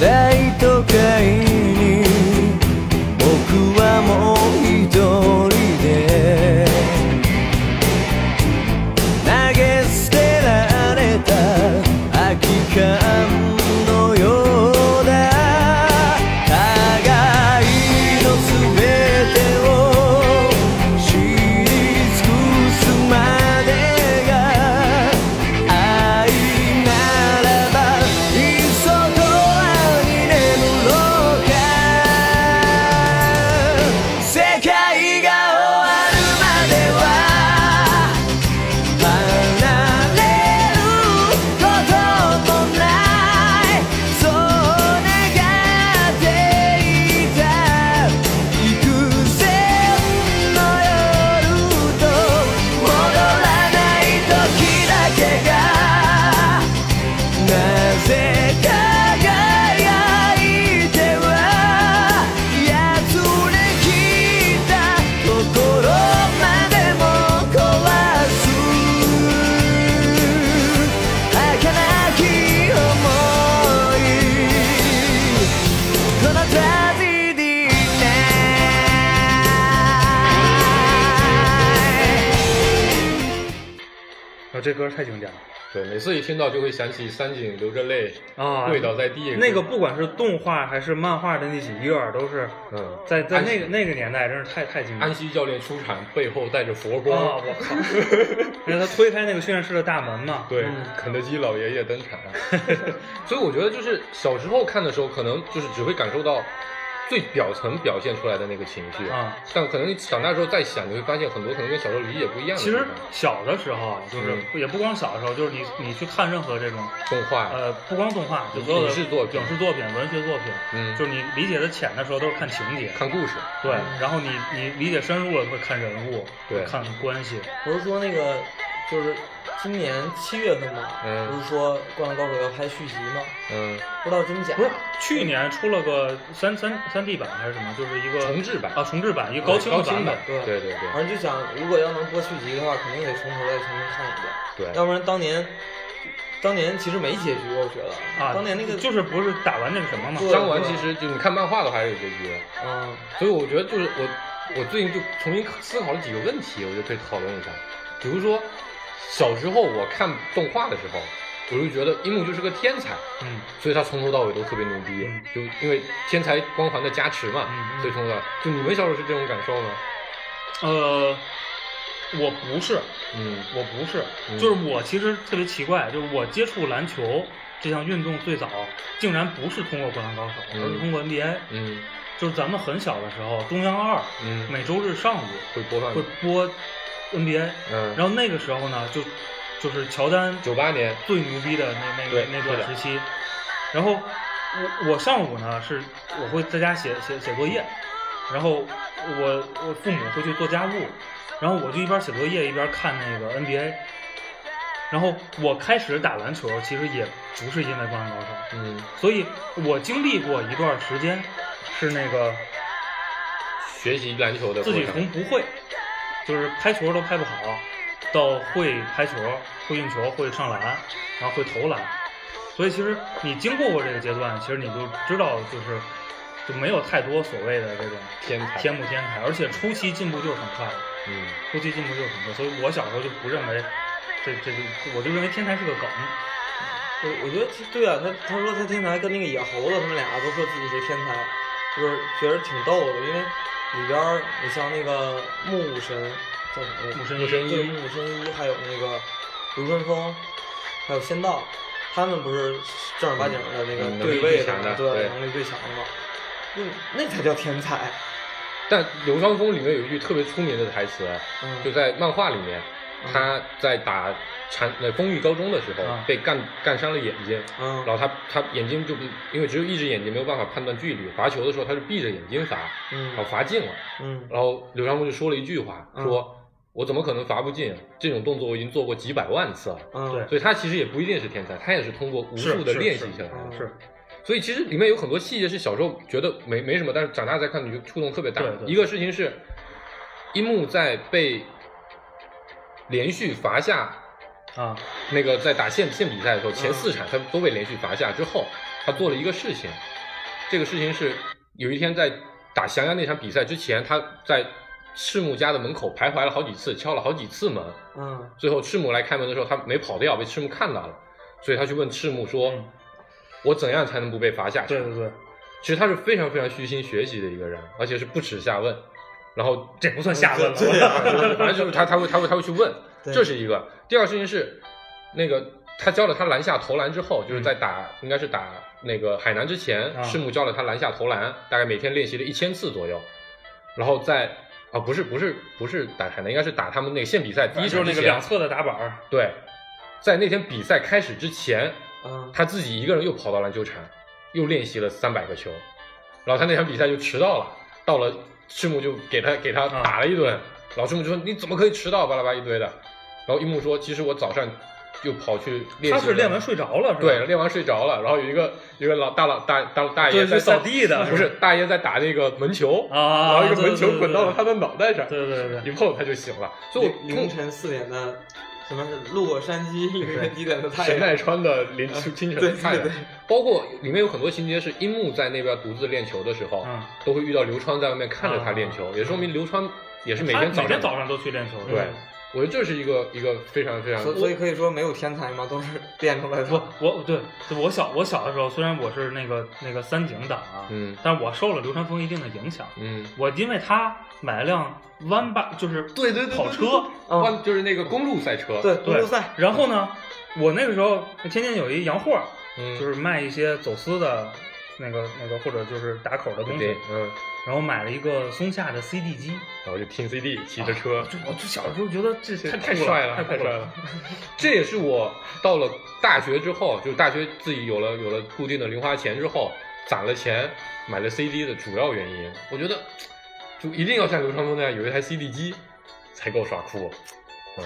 E: 大都会に僕はもう一人で投げ捨てられた空き缶のようだ互いの全てを知り尽くすまでが愛ならばいっそ空に眠ろうか世界が終わるまでは離れることもないそう願っていた幾千の夜と戻らない時だけがなぜ輝いてはやつれきた心までも壊す儚き想いこの旅にない
C: 啊，这歌太经典了。
D: 对，每次一听到就会想起三井流着泪
C: 啊
D: 跪倒在地。
C: 那个不管是动画还是漫画的那几页儿，都是
D: 嗯
C: 在在
D: 安息
C: 那个那个年代，真是太太经典了
D: 安。西教练出场，背后带着佛光。
C: 啊！我靠！因为他推开那个训练室的大门 嘛。
D: 对
B: 嗯，
D: 肯德基老爷爷登 场。所以我觉得就是小时候看的时候，可能就是只会感受到最表层表现出来的那个情绪。
C: 啊，
D: 但可能长大之后再想，你会发现很多可能跟小时候理解不一样的
C: 其
D: 地方。
C: 实呃小的时候，啊就是
D: 嗯
C: 也不光小的时候，就是你你去看任何这种，
D: 动画，
C: 呃，不光动画，就所有的
D: 啊影视作品
C: 影视作品、文学作品，
D: 嗯
C: 就是你理解的浅的时候都是看情节，
D: 看故事，
C: 对，然后你你理解深入了会看人物，
D: 对
C: 会看关系，
B: 不是说那个，就是今年七月份吧，
D: 嗯
B: 不是说《灌篮高手》要拍续集吗？
D: 嗯，
B: 不知道真假。
C: 不是去年出了个三三三 D 版还是什么，就是一个
D: 重制版
C: 啊，重制版一个高清
D: 高
C: 的
D: 清
C: 版本
D: 的，，
B: 对
D: 对对对
B: 反正就想，如果要能播续集的话，肯定得从头再重新看一遍。
D: 对
B: 要不然当年，当年其实没结局，我觉得。
C: 啊，
B: 当年那个
C: 就是不是打完那个什么嘛，
B: 对
D: 章完其实就你看漫画的话还是有结局的，
B: 嗯，
D: 所以我觉得就是我我最近就重新思考了几个问题，我觉得可以讨论一下。比如说，小时候我看动画的时候，我就觉得樱木就是个天才，
C: 嗯，
D: 所以他从头到尾都特别牛逼，
C: 嗯
D: 就因为天才光环的加持嘛，
C: 嗯嗯
D: 所以从头到尾。就你们小时候是这种感受吗？
C: 呃，我不是，
D: 嗯
C: 我不是，
D: 嗯
C: 就是我其实特别奇怪，就是我接触篮球这项运动最早，竟然不是通过《灌篮高手》，
D: 嗯
C: 而是通过 NBA。
D: 嗯
C: 就是咱们很小的时候，中央二
D: 嗯，
C: 每周日上午
D: 会播放
C: 会播 NBA，
D: 嗯，
C: 然后那个时候呢，就就是乔丹
D: 九八年，
C: 最牛逼的那那
D: 对
C: 个那
D: 是的
C: 段时期。然后我我上午呢是我会在家写写写作业，然后我我父母会去做家务，然后我就一边写作业一边看那个 NBA。然后我开始打篮球，其实也不是因为《灌篮高手》，
D: 嗯
C: 所以我经历过一段时间是那个
D: 学习篮球的
C: 自己
D: 过程
C: 从不会，就是拍球都拍不好，到会拍球、会运球、会上篮，然后会投篮。所以其实你经过过这个阶段，其实你就知道，就是就没有太多所谓的这种
D: 天才
C: 天不天才，而且初期进步就是很快的，
D: 嗯
C: 初期进步就是很快。所以我小时候就不认为这这个，我就认为天才是个梗。
B: 我我觉得其实对啊，他他说他天才跟那个野猴子他们俩都说自己是天才，就是觉得挺逗的，因为里边儿你像那个木武神叫什么来着？
C: 木
D: 神一
B: 对木武神一，还有那个流川枫，还有仙道，他们不是正儿八经的那个
D: 嗯能力
B: 对
D: 最
B: 位
D: 强的对
B: 对，能力最强的嘛，那那才叫天才。
D: 但流川枫里面有一句特别出名的台词，啊
B: 嗯
D: 就在漫画里面，
C: 嗯
D: 他在打禅呃丰裕高中的时候
C: 啊
D: 被干干伤了眼睛，
B: 嗯
D: 然后他他眼睛就因为只有一只眼睛没有办法判断距离，罚球的时候他是闭着眼睛罚，然后
B: 嗯
D: 罚进了，
B: 嗯
D: 然后流川枫就说了一句话，
B: 嗯
D: 说我怎么可能罚不进？啊这种动作我已经做过几百万次了。
B: 嗯，
C: 对
D: 所以他其实也不一定是天才，他也是通过无数的
C: 是是
D: 练习
C: 是
D: 起来的。
B: 嗯
C: 是
D: 所以其实里面有很多细节是小时候觉得没没什么，但是长大再看你就触动特别大。
C: 对对
D: 一个事情是，樱木在被连续罚下，
C: 啊，
D: 那个在打县县比赛的时候，前
B: 嗯
D: 四场他都被连续罚下之后，他做了一个事情，这个事情是有一天在打翔阳那场比赛之前，他在赤木家的门口徘徊了好几次，敲了好几次门，
B: 嗯
D: 最后赤木来开门的时候，他没跑掉，被赤木看到了，所以他去问赤木说：“
C: 嗯
D: 我怎样才能不被罚下去
C: 对？”对对，
D: 其实他是非常非常虚心学习的一个人，而且是不耻下问。然后
C: 这不算下问了。
B: 对啊
C: 我
D: 反正就是他他会他会他会去问，
B: 对
D: 这是一个。第二个事情是，那个他教了他篮下投篮之后，就是在打、应该是打那个海南之前，
C: 啊
D: 师母教了他篮下投篮，大概每天练习了一千次左右。然后在啊不是不是不是打海南，应该是打他们那个县比赛第一
C: 啊就是
D: 场
C: 那
D: 之
C: 个
D: 前
C: 两侧的打板儿，
D: 对，在那天比赛开始之前，
B: 嗯
D: 他自己一个人又跑到篮球场，又练习了三百个球，然后他那场比赛就迟到了，到了赤木就给他给他
C: 啊
D: 打了一顿，老赤木就说你怎么可以迟到，巴拉巴拉一堆的，然后樱木说其实我早上就跑去练习了，
C: 他是练完睡着了是吧？
D: 对，练完睡着了，然后有一个有一个老大老大大大爷
C: 对
D: 在
C: 就扫
D: 倒
C: 地的
D: 不是大爷在打那个门球
C: 啊
D: 然后一个
C: 对
D: 门球
C: 对对
D: 滚到了
C: 对
D: 他的脑袋上，
C: 对对对
D: 以
C: 对，
D: 后他就醒了，所以我
B: 凌
D: 通
B: 凌晨四点的什么路过山鸡，凌晨几点的太
D: 神奈
B: 阳？啊
D: 川的林清晨
B: 对
D: 的太阳
B: 对对，
D: 包括里面有很多情节是樱木在那边独自练球的时候
C: 嗯，啊
D: 都会遇到流川在外面看着他练球，也说明流川也是每天
C: 他
D: 早
C: 每
D: 上
C: 天早上都去练球。
D: 对，我觉得这是一个一个非常非常
B: 所所以可以说没有天才嘛，都是练出来的。
C: 我我对，就我小我小的时候，虽然我是那个那个三井党啊，
D: 嗯
C: 但是我受了流川枫一定的影响。
D: 嗯，
C: 我因为他买了辆弯把，就是
D: 对对对，
C: 跑车，
B: 嗯
D: 弯就是那个公路赛车，
B: 对，公
C: 对
B: 路赛，
C: 然后呢，我那个时候天津有一洋货，
D: 嗯，
C: 就是卖一些走私的那个那个或者就是打口的东西
D: 对，，嗯，
C: 然后买了一个松下的 CD 机。
D: 然后就听 CD 骑着车，
C: 就我就小时候觉得这
D: 这
C: 太
D: 太
C: 酷
D: 帅了，
C: 太
D: 太
C: 酷
D: 帅了。这也是我到了大学之后，就是大学自己有了有了固定的零花钱之后，攒了钱买了 CD 的主要原因。我觉得，就一定要像流川枫那样有一台 CD 机，才够耍酷。嗯，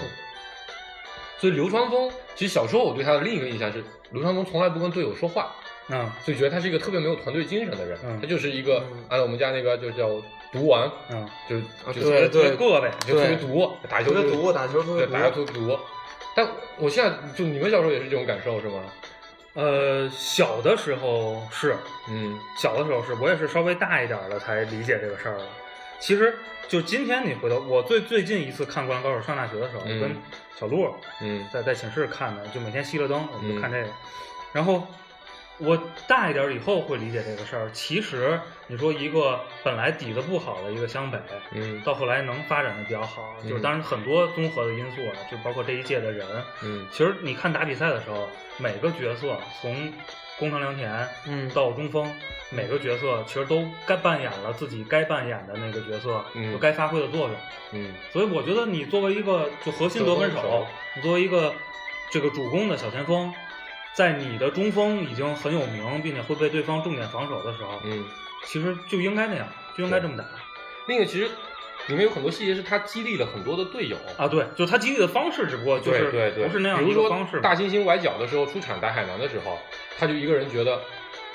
D: 所以流川枫其实小时候我对他的另一个印象是，流川枫从来不跟队友说话，
C: 嗯
D: 所以觉得他是一个特别没有团队精神的人。
C: 嗯
D: 他就是一个
B: 嗯啊
D: 按照我们家那个就叫毒丸，
C: 嗯，
D: 就就
B: 对对
C: 过呗，
D: 就特别毒，打球
B: 特别
D: 就是
B: 毒，打球特别
D: 对，
B: 毒，
D: 打球特别毒。但我现在就你们小时候也是这种感受是吗？
C: 呃，小的时候是，
D: 嗯
C: 小的时候是我也是稍微大一点儿了才理解这个事儿了。其实就今天你回头，我最最近一次看《灌篮高手》上大学的时候，
D: 嗯
C: 我跟小璐
D: 嗯
C: 在在寝室看的，就每天熄了灯我们
D: 嗯
C: 就看这个。然后我大一点儿以后会理解这个事儿。其实你说一个本来底子不好的一个湘北，
D: 嗯
C: 到后来能发展的比较好，
D: 嗯
C: 就是当然很多综合的因素啊，就包括这一届的人。
D: 嗯
C: 其实你看打比赛的时候，每个角色从工藤良田
B: 嗯
C: 到中锋，每个角色其实都该扮演了自己该扮演的那个角色，
D: 嗯
C: 就该发挥的作用。
D: 嗯
C: 所以我觉得你作为一个就核心得分
D: 得分手
C: 手，你作为一个这个主攻的小前锋，在你的中锋已经很有名，并且会被对方重点防守的时候，
D: 嗯。
C: 其实就应该那样，就应该这么打
D: 另一个其实里面有很多细节是他激励了很多的队友
C: 啊！对，就他激励的方式，只不过就
D: 对
C: 是
D: 对对，
C: 不是那样
D: 比
C: 一
D: 如说
C: 个方式。
D: 大猩猩崴脚的时候出场打海南的时候，他就一个人觉得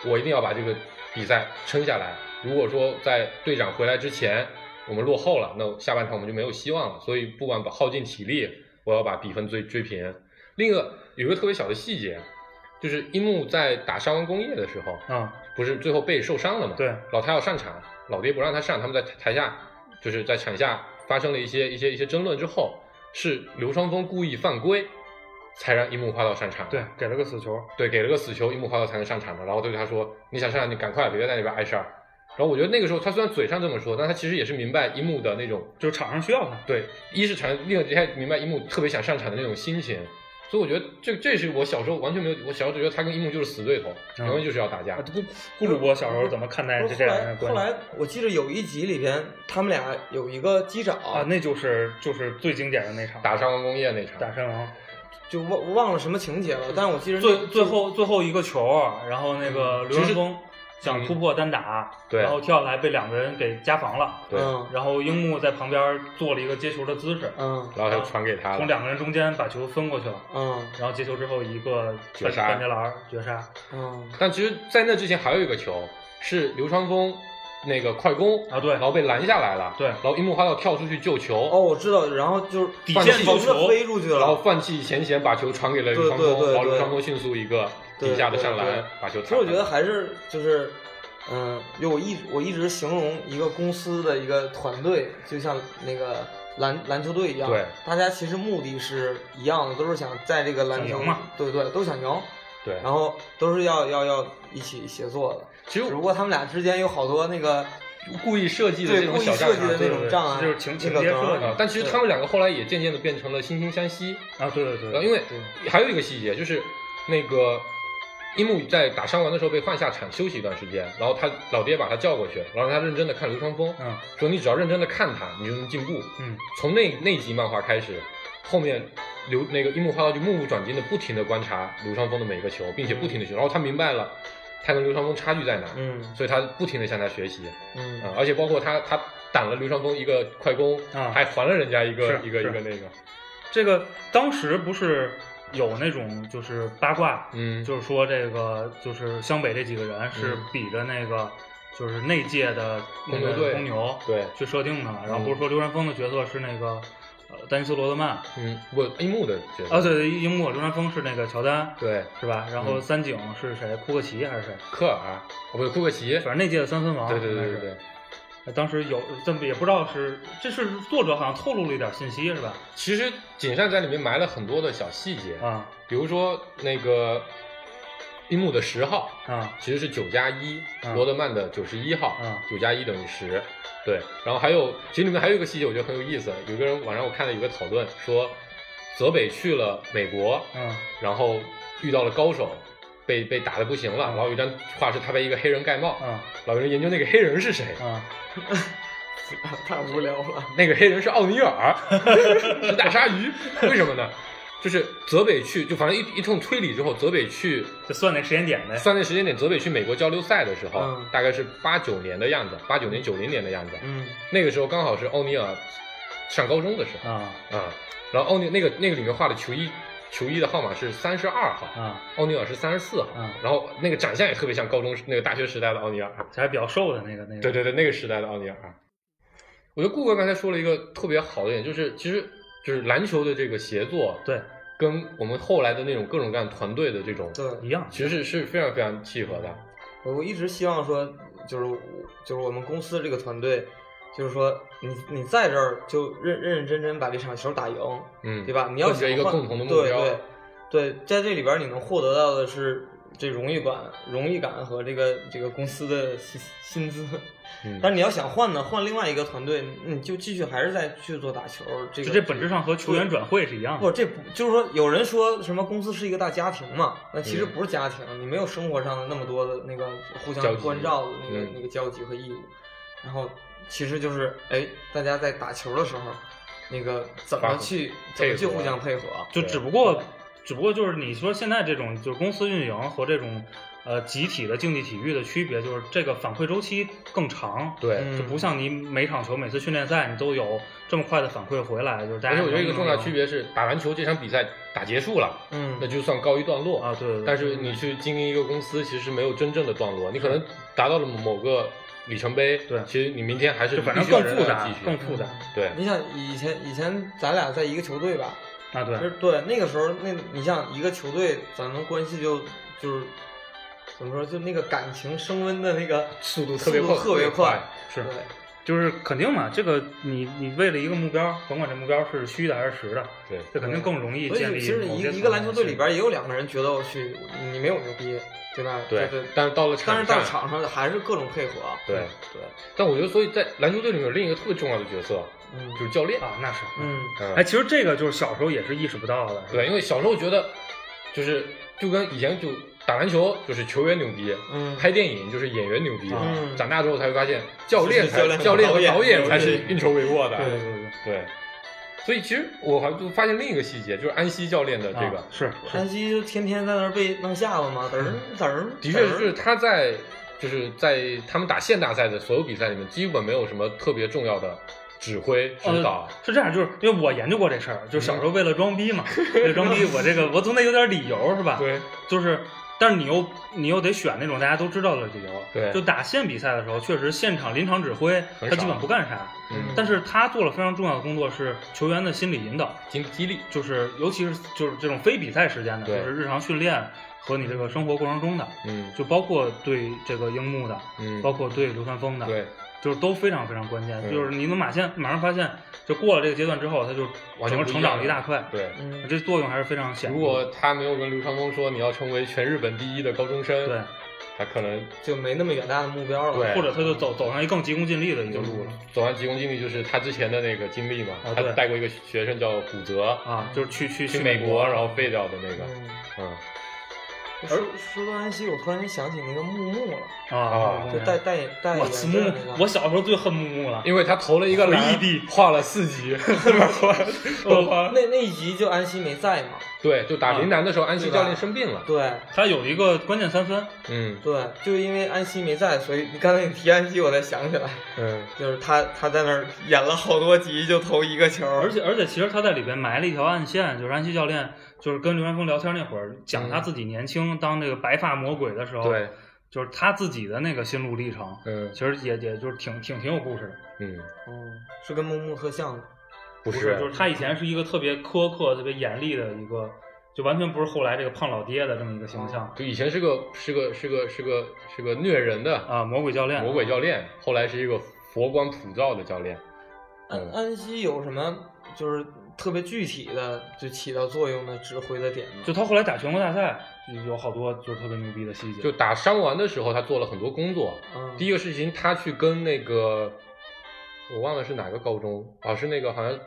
D: 我一定要把这个比赛撑下来。如果说在队长回来之前我们落后了，那下半场我们就没有希望了。所以不管把耗尽体力，我要把比分追追平。另一个有一个特别小的细节，就是樱木在打沙湾工业的时候，
C: 嗯，
D: 不是最后被受伤了嘛？
C: 对，
D: 老太要上场，老爹不让他上，他们在台下就是在场下发生了一些一些一些争论之后，是流川枫故意犯规，才让樱木花道上场。
C: 对，给了个死球。
D: 对，给了个死球，樱木花道才能上场的。然后对他说：“你想上，你赶快，别在那边碍事儿。”然后我觉得那个时候他虽然嘴上这么说，但他其实也是明白樱木的那种
C: 就是场上需要他。
D: 对，一是传，另一明白樱木特别想上场的那种心情。所以我觉得这这是我小时候完全没有，我小时候就觉得他跟樱木就是死对头，
C: 嗯
D: 然后就是要打架
C: 啊。顾顾主播小时候怎么看待
B: 不
C: 这
B: 是
C: 这
B: 后
C: 两人的
B: 来，后
C: 关
B: 来
C: 系？
B: 我记得有一集里边，他们俩有一个击掌
C: 啊，那就是就是最经典的那场
D: 打上完工业那场，
C: 打山王，
B: 就忘忘了什么情节了，但是我记得那
C: 最最后最后一个球，啊然后那个刘仁峰想突破单打，
D: 对
C: 然后跳下来被两个人给夹防了，
D: 对，
B: 嗯
C: 然后樱木在旁边做了一个接球的姿势，
B: 嗯
D: 然后他就传给他了。
C: 从两个人中间把球分过去了，
B: 嗯
C: 然后接球之后一个
D: 绝杀
C: 半截篮儿绝杀，
B: 嗯
D: 但其实，在那之前还有一个球是流川枫那个快攻
C: 啊对
D: 然后被拦下来了，
C: 对
D: 然后樱木花道跳出去救球，
B: 哦，我知道，然后就是
C: 底
D: 线
B: 疯
C: 投
B: 的
C: 球
B: 飞出去
D: 然后
B: 了。
D: 范气前贤把球传给了流川
B: 对对
D: 枫，
B: 对
D: 然后
B: 对
D: 流川枫迅速一个底下的上
B: 对对
D: 篮
B: 对
D: 把球
B: 其
D: 打
B: 实
D: 开了。
B: 我觉得还是就是，嗯，就我一我一直形容一个公司的一个团队，就像那个篮篮球队一样，
D: 对，
B: 大家其实目的是一样的，都是想在这个篮
C: 想
B: 球
C: 赢嘛，
B: 对对，都想赢，
D: 对，
B: 然后都是要要要一起协作的。
D: 其实
B: 只不过他们俩之间有好多那个
D: 故意设计的这
B: 对
D: 种
B: 故意
D: 小战啊
B: 设计的那
D: 场。
C: 对
B: 种
C: 对
B: 障碍，
C: 就是情
B: 那个
C: 情节
B: 梗儿
C: 设计
D: 啊，但其实他们两个后来也渐渐的变成了惺惺相惜。
C: 啊，对对
D: 然后
C: 对，
D: 因为还有一个细节就是，那个樱木在打伤完的时候被换下场休息一段时间，然后他老爹把他叫过去，然后他认真的看流川枫，
C: 嗯
D: 说你只要认真的看他，你就能进步。
C: 嗯
D: 从那那集漫画开始，后面流那个樱木花道就目不转睛的不停的观察流川枫的每一个球，并且不停的学，然后他明白了他跟流川枫差距在哪，
B: 嗯
D: 所以他不停的向他学习。
B: 嗯
D: 啊，而且包括他他挡了流川枫一个快攻，
C: 啊
D: 还还了人家一个
C: 是
D: 一个一
C: 是
D: 个那个，
C: 这个当时不是有那种就是八卦，
D: 嗯，
C: 就是说这个就是湘北这几个人是
D: 嗯
C: 比着那个就是那届的那
D: 公牛队
C: 个公牛
D: 对
C: 去设定的嘛，然后
D: 嗯
C: 不是说流川枫的角色是那个呃丹尼斯罗德曼啊，
D: 嗯，我樱木的角色，
C: 对对，樱木流川枫是那个乔丹，
D: 对，
C: 是吧？然后
D: 嗯
C: 三井是谁？库克奇还是谁？
D: 科尔，哦不是库克奇，
C: 反正哦那届的三分王，
D: 对对
C: 应该
D: 对
C: 是
D: 对对。。
C: 当时有，这也不知道是这是作者好像透露了一点信息是吧？
D: 其实井上在里面埋了很多的小细节，
C: 啊
D: 比如说那个樱木的十号
C: 啊
D: 其实是九加一，
C: 嗯
D: 罗德曼的九十一号
C: 嗯，
D: 九加一等于十。对，然后还有，其实里面还有一个细节，我觉得很有意思。有个人晚上我看了有个讨论说，泽北去了美国，
C: 嗯
D: 然后遇到了高手，被被打的不行了。
C: 嗯
D: 然后有一张画是他被一个黑人盖帽，
C: 嗯
D: 老有人研究那个黑人是谁，
C: 嗯，
B: 太无聊了。
D: 那个黑人是奥尼 尔，是大鲨鱼。为什么呢？就是泽北去，就反正一一通推理之后，泽北去
C: 就算那时间点呗。
D: 算那时间点，泽北去美国交流赛的时候，
B: 哎嗯
D: 大概是八九年的样子，八九年九零年的样子。
B: 嗯
D: 那个时候刚好是奥尼尔上高中的时候
C: 啊
B: 嗯
D: 啊、然后奥尼那个那个里面画的球衣球衣的号码是三十二号，
C: 啊，
D: 奥尼尔是三十四号
C: 嗯，
D: 然后那个长相也特别像高中那个大学时代的奥尼尔，
C: 还比较瘦的那个那个，
D: 对对对，那个时代的奥尼尔。啊我觉得顾哥刚才说了一个特别好的点，就是其实就是篮球的这个协作，
C: 对，
D: 跟我们后来的那种各种各样团队的这种，
B: 对，
C: 一样，
D: 其实是是非常非常契合的。
B: 我我一直希望说，就是我就是我们公司这个团队，就是说你你在这儿就认认认真真把这场球打赢，
D: 嗯，
B: 对？吧？你要
D: 奔着
B: 想
D: 一个
B: 换
D: 共同的目
B: 对
D: 标
B: 对对，在这里边儿你能获得到的是这荣誉感、荣誉感和这个这个公司的薪薪资。
D: 嗯，
B: 但是你要想换呢，换另外一个团队，你就继续还是在去做打球。这
C: 就
B: 个
C: 这本质上和球员转会是一
D: 啊
C: 样
B: 不，
C: 的。
B: 这不就是说，有人说什么公司是一个大家庭嘛？那其实
D: 嗯
B: 不是家庭，你没有生活上的那么多的那个互
D: 交
B: 相
D: 集
B: 关照的那个
D: 嗯
B: 那个交集和义务。然后其实就是，哎，大家在打球的时候，那个怎
D: 发
B: 么
D: 挥
B: 去怎么
D: 配
B: 去
D: 合啊
B: 互相配合？
C: 就只不过，只不过就是你说现在这种就是公司运营和这种呃集体的竞技体育的区别，就是这个反馈周期更长，
D: 对，
B: 嗯
C: 就不像你每场球、每次训练赛你都有这么快的反馈回来，就是大
D: 而
C: 家
D: 且
C: 能
D: 我
C: 不
D: 觉得
C: 能赢。
D: 一个重大区别是，打篮球这场比赛打结束了，
B: 嗯，
D: 那就算告一段落
C: 啊，。对对对，
D: 但是你去经营一个公司，其实没有真正的段落，你可能达到了某个里程碑，
C: 对
D: 其实你明天还是
C: 就反正
D: 必须要
C: 更
D: 仍
C: 复
D: 然
C: 杂
D: 继，续
C: 更复杂
D: 对，
B: 嗯你想以前以前咱俩在一个球队吧，
C: 啊，对
B: 其实，对那个时候，那你像一个球队，咱们关系就就是怎么说，就那个感情升温的那个
D: 速度
B: 度
D: 特别快，
B: 特别快，
C: 是
B: 对。
C: 就是肯定嘛，这个你你为了一个目标，甭管这目标是虚的还是实的，
D: 对，
C: 这肯定更容易
B: 所以
C: 建立。
B: 其实一个一个篮球队里边，也有两个人觉得我去你没有牛逼，对吧？
D: 对
B: 对。
D: 但是到了
B: 但
D: 场
B: 是到
D: 上，
B: 场上还是各种配合。
D: 对
B: 对，
D: 但我觉得，所以在篮球队里面有另一个特别重要的角色，
B: 嗯
D: 就是教练。
C: 啊，那是，
B: 嗯
D: 嗯
C: 哎，，其实这个就是小时候也是意识不到的，是吧
D: 对，因为小时候觉得，就是就跟以前就打篮球就是球员牛逼，
B: 嗯，
D: 拍电影就是演员牛逼，
B: 嗯
D: 长大之后才会发现，教练才
B: 是是
D: 教
B: 教
D: 练
B: 练和
D: 和导
B: 导演
D: 演才是应酬为沃的。
C: 对对对对，
D: 对所以其实我还就发现另一个细节，就是安西教练的这个，
C: 啊是
B: 山西就天天在那儿被弄下巴嘛，嘚儿嘚儿，
D: 的确
B: 嘚儿
D: 是他在就是在他们打县大赛的所有比赛里面，基本没有什么特别重要的指挥指导
C: 呃。，是这样，就是因为我研究过这事儿，就
D: 嗯
C: 小时候为了装逼嘛， 为了装逼，我这个我总得有点理由是吧？，
D: 对，
C: 就是，但是你又你又得选那种大家都知道的理由。
D: 对
C: 就打县比赛的时候，确实现场临场指挥
D: 很
C: 他
D: 少
C: 基本不干啥，
D: 嗯
C: 但是他做了非常重要的工作是球员的心理引导，
D: 激激励，
C: 就是尤其是就是这种非比赛时间的，
D: 对
C: 就是日常训练和你这个生活过程中的，
D: 嗯
C: 就包括对这个樱木的，
D: 嗯，
C: 包括对流川枫的，
D: 对，
C: 就是都非常非常关键。
D: 嗯
C: 就是你能马现马上发现，就过了这个阶段之后，他就
D: 完
C: 整
D: 全
C: 个
D: 不
C: 成
D: 样
C: 长了一大块。
D: 对。
B: 嗯
C: 这作用还是非常显著
D: 如
C: 的。
D: 果他没有跟流川枫说你要成为全日本第一的高中生，
C: 对，
D: 他可能
B: 就没那么远大的目标了。
D: 对
C: 或者他就走走上一更急功近利的一个路了
D: 走完急功近利就是他之前的那个经历嘛，
C: 啊
D: 他
C: 对
D: 带过一个学生叫古泽，
C: 啊，就是去去
D: 嗯去
C: 美
D: 美国然后废掉的那个，
B: 嗯，
D: 嗯，
B: 说说到安西，我突然间想起那个木木了，
D: 啊
C: 啊，
B: 就带带带
C: 我
B: 眼
C: 慈
B: 镜
C: 木
B: 儿那，个哦
C: 我。小时候最恨木木了，
D: 因为他投了一个篮
C: 回忆帝，
D: 画了四 集，
C: 我
B: 那那一集就安西没在嘛？
D: 对，就打
C: 啊
D: 陵南的时候，安西
B: 对吧
D: 教练生病了，
B: 对
C: 他有一个关键三分，
D: 嗯
B: 对，就是因为安西没在，所以你刚才你提安西，我才想起来，
D: 嗯，
B: 就是他他在那儿演了好多集，就投一个球，
C: 而且而且其实他在里边埋了一条暗线，就是安西教练就是跟刘传峰聊天那会儿讲他自己年轻当这个白发魔鬼的时候，
D: 嗯对，，
C: 就是他自己的那个心路历程，
D: 嗯
C: 其实也也就是挺挺挺有故事的。
D: 嗯，
B: 嗯，是跟木木特像的。
D: 不
C: 不是，就是他以前是一个特别苛刻、特别严厉的一个，就完全不是后来这个胖老爹的这么一个形象
D: 就以前是个是个是个是个是个虐人的
C: 啊。魔鬼教练，
D: 魔鬼教练，后来是一个佛光普照的教练，
B: 安
D: 嗯
B: 安西有什么就是特别具体的就起到作用的指挥的点吗？
C: 就他后来打全国大赛，有有好多就是特别牛逼的细节。
D: 就打伤完的时候，他做了很多工作，
B: 嗯，
D: 第一个事情，他去跟那个我忘了是哪个高中，啊，是那个好像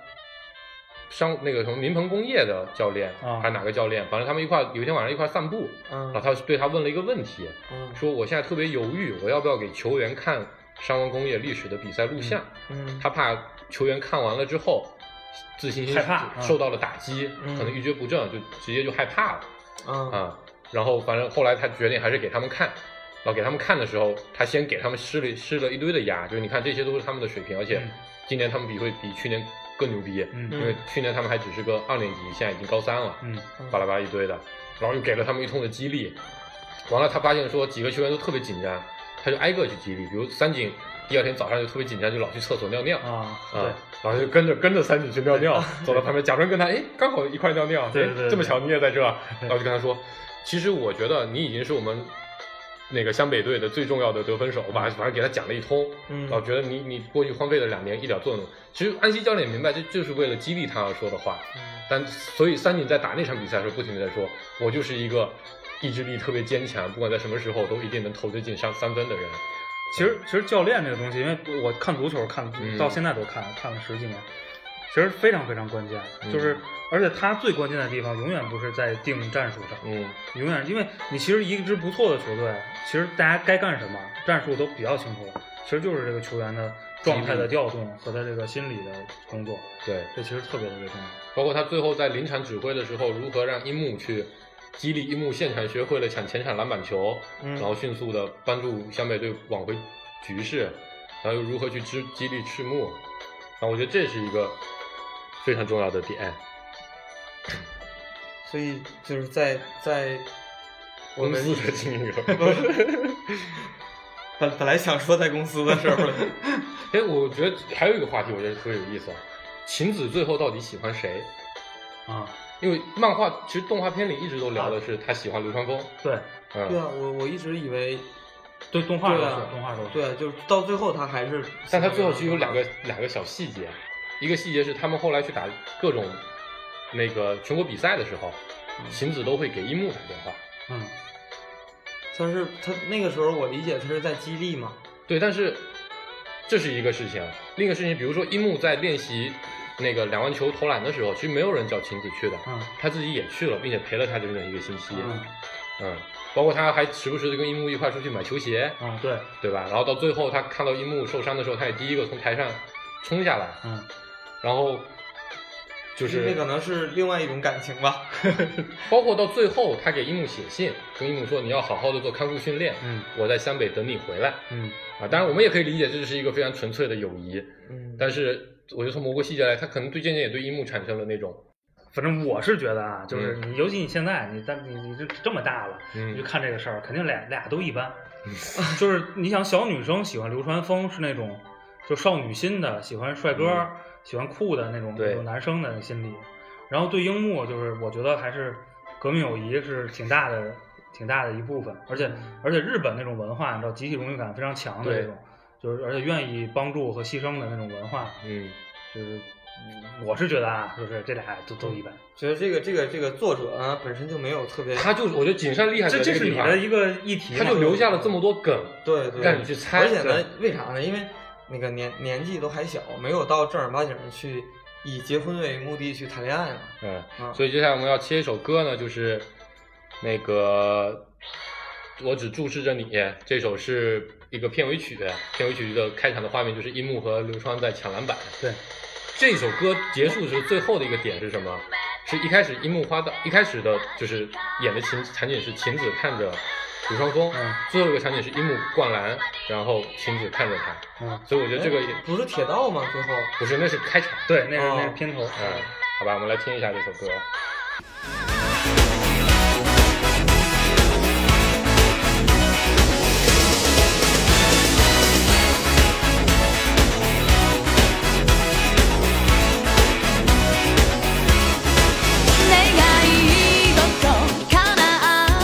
D: 商那个什么临鹏工业的教练，
C: 啊
D: 还是哪个教练，反正他们一块有一天晚上一块散步，
B: 嗯
D: 然后他对他问了一个问题，
B: 嗯
D: 说我现在特别犹豫，我要不要给球员看商王工业历史的比赛录像？
B: 嗯
D: 他怕球员看完了之后自信心
C: 害怕
D: 受到了打击，
B: 嗯
D: 可能一蹶不振，就直接就害怕了。
B: 嗯
D: 啊，然后反正后来他决定还是给他们看，然后给他们看的时候，他先给他们施了施了一堆的压，就是你看这些都是他们的水平，而且
C: 嗯
D: 今年他们比会比去年更牛逼，
C: 嗯
D: 因为去年他们还只是个二年级，现在已经高三了，
C: 嗯
D: 巴拉巴拉一堆的，然后又给了他们一通的激励。完了，他发现说几个球员都特别紧张，他就挨个去激励，比如三井第二天早上就特别紧张，就老去厕所尿尿。
C: 啊，
D: 啊，然后就跟着跟着三井去尿尿，走到旁边假装跟他，哎，刚好一块尿尿，
C: 对
D: 哎
C: 对对对
D: 这么巧你也在这儿，然后就跟他说，其实我觉得你已经是我们那个湘北队的最重要的得分手，我把反正给他讲了一通，
B: 嗯
D: 然后觉得你你过去荒废了两年一点作用，其实安西教练也明白这就是为了激励他而说的话，但所以三井在打那场比赛的时候不停的在说，我就是一个意志力特别坚强，不管在什么时候都一定能投得进三三分的人，
C: 其实其实教练这个东西，因为我看足球看
D: 嗯
C: 到现在都看看了十几年，其实非常非常关键，
D: 嗯
C: 就是而且他最关键的地方永远不是在定战术上，
D: 嗯
C: 永远因为你其实一支不错的球队，其实大家该干什么战术都比较清楚了，其实就是这个球员的状态的调动和他这个心理的工作，
D: 对。
C: 这其实特别特别重要。
D: 包括他最后在临场指挥的时候，如何让樱木去激励樱木现场学会了抢前场篮板球，
B: 嗯
D: 然后迅速的帮助湘北队挽回局势，然后又如何去激激励赤木，啊，我觉得这是一个非常重要的点。
B: 所以就是在在我
D: 公
B: 们
D: 司的经营。
B: 本本来想说在公司的时候了，
D: 哎，我觉得还有一个话题，我觉得特别有意思啊，晴子最后到底喜欢谁？
C: 啊，
D: 因为漫画其实动画片里一直都聊的是他喜欢流川枫，
C: 对，
D: 嗯，
B: 对啊，我我一直以为
C: 对动画都
B: 对
C: 是
B: 啊
C: 动画都是，
B: 对啊，就是到最后他还是，
D: 但他最后其实有两个两个小细节，一个细节是他们后来去打各种那个全国比赛的时候，晴子都会给樱木打电话。
C: 嗯，
B: 他是他那个时候我理解他是在激励嘛，
D: 对，但是这是一个事情，啊另一个事情，比如说樱木在练习那个两万球投篮的时候，其实没有人叫晴子去的，
C: 嗯
D: 他自己也去了，并且陪了他整整一个星期。
C: 嗯
D: 嗯包括他还时不时的跟樱木一块出去买球鞋，
C: 啊，对，
D: 对吧？然后到最后他看到樱木受伤的时候，他也第一个从台上冲下来，
C: 嗯，
D: 然后就
B: 这
D: 是
B: 可能是另外一种感情吧。
D: 包括到最后，他给樱木写信，跟樱木说你要好好的做康复训练，
C: 嗯，
D: 我在湘北等你回来
C: 嗯，
D: 啊。当然，我们也可以理解这是一个非常纯粹的友谊，
B: 嗯，
D: 但是我觉得从蘑菇细节来，他可能对渐渐也对樱木产生了那种，
C: 反正我是觉得啊，就是
D: 嗯
C: 你，尤其你现在，你但你你这这么大了，
D: 嗯
C: 你就看这个事儿，肯定俩俩都一般。 就是你想，小女生喜欢流川枫是那种就少女心的，喜欢帅哥、
D: 嗯
C: 喜欢酷的那种
D: 对
C: 那种男生的心理。然后对樱木，就是我觉得还是革命友谊是挺大的挺大的一部分，而
D: 嗯
C: 且而且日本那种文化，你知道集体荣誉感非常强的
D: 对
C: 那种，就是而且愿意帮助和牺牲的那种文化，
D: 嗯
C: 就是我是觉得啊，就是这俩都都一般。
B: 觉得这个这个这个作者啊本身就没有特别，
D: 嗯他就是我觉得井上厉害在
C: 这这
D: 个
C: 是
D: 地
C: 你
D: 方
C: 的一个议题嘛，
D: 他就留下了这么多梗，
B: 对对，
D: 让你去猜
B: 而且呢
D: 对，
B: 为啥呢？因为那个年年纪都还小，没有到正儿八经儿去以结婚为目的去谈恋爱嘛。
D: 嗯，
B: 啊，
D: 所以接下来我们要切一首歌呢，就是那个我只注视着你这首是一个片尾曲，片尾曲的开场的画面就是樱木和流川在抢篮板。
C: 对，
D: 这首歌结束时最后的一个点是什么？是一开始樱木花道一开始的就是演的情场景是晴子看着流川枫，
C: 嗯
D: 最后一个场景是樱木灌篮，然后晴子看着他，
C: 嗯，
D: 所以我觉得这个也
B: 哎不是铁道吗？最后，
D: 不是那是开场，
C: 对，那是、
B: 哦
C: 那是片头，
D: 嗯，好吧，我们来听一下这首歌。
E: 願い事叶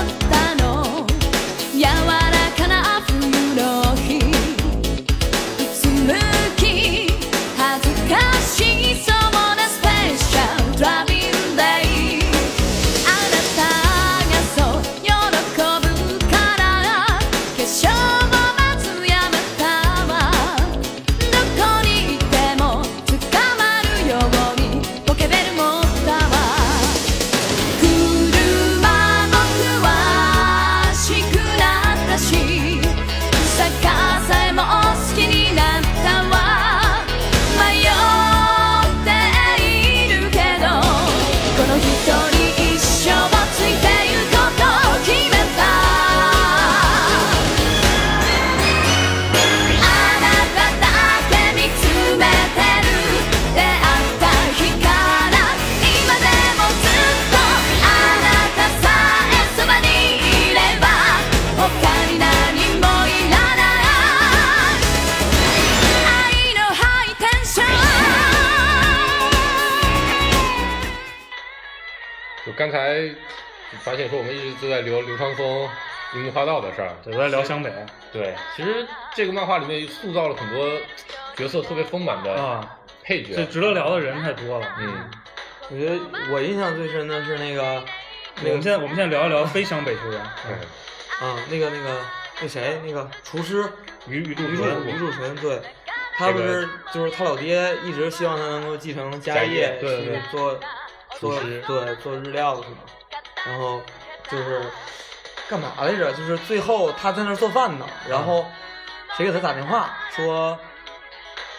E: ったの柔らかな冬の日うつむき恥ずかしいそもなスペシャルドラビンデイあな
D: 刚才发现说我们一直都在聊刘长风、樱木花道的事儿，
C: 对，我在聊湘北
D: 对，其实这个漫画里面塑造了很多角色特别丰满的
C: 啊，
D: 配角，
C: 这值得聊的人太多了。
D: 嗯，
B: 我觉得我印象最深的是那个
C: 我们现在我们现在聊一聊非湘北球员，
D: 对，
B: 啊，那个那个那谁，那个厨师
C: 于于柱
B: 于
C: 纯，
B: 柱于柱纯，对，他不是就是他老爹一直希望他能够继承家业
C: 家业对
B: 去
C: 对
B: 做做
D: 厨师
B: 对做日料什么，然后就是干嘛来着？就是最后他在那儿做饭呢，然后谁给他打电话说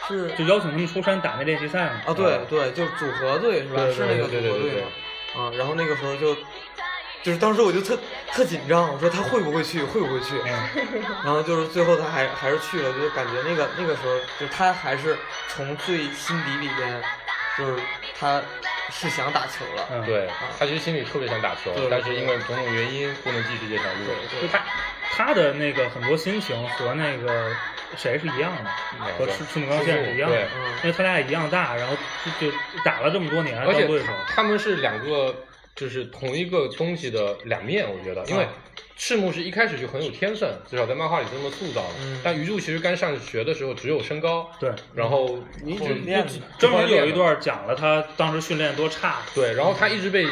B: 是
C: 就邀请他们出山打那练习赛嘛。
B: 啊，
D: 哦
B: 对对，就是组合队是吧？
C: 对对
B: 是那个
D: 对
B: 组
D: 对
B: 合
D: 对对
B: 队吗？啊，然后那个时候就，就是当时我就特特紧张，我说他会不会去，会不会
C: 嗯
B: 去？ 然后就是最后他还还是去了，就感觉那个那个时候，就他还是从最心底里边，就是他是想打球了，
C: 嗯，
D: 对他其实心里特别想打球
B: 对，
D: 但是因为种种原因不能继续这条路。
B: 对
C: 就他他的那个很多心情和那个谁是一样的，
D: 嗯
C: 和赤赤木刚宪是一样的
D: 对，
B: 嗯
C: 因为他俩一样大，然后就就打了这么多年，
D: 而且
C: 当对手。
D: 他他们是两个，就是同一个东西的两面，我觉得，因为赤木是一开始就很有天分，至少在漫画里这么塑造的。
B: 嗯
D: 但鱼柱其实刚上学的时候只有身高，
C: 对，
D: 然后
B: 你
D: 后
B: 只练
D: 就
C: 专门有一段讲了他当时训练多差，
D: 对，然后他一直被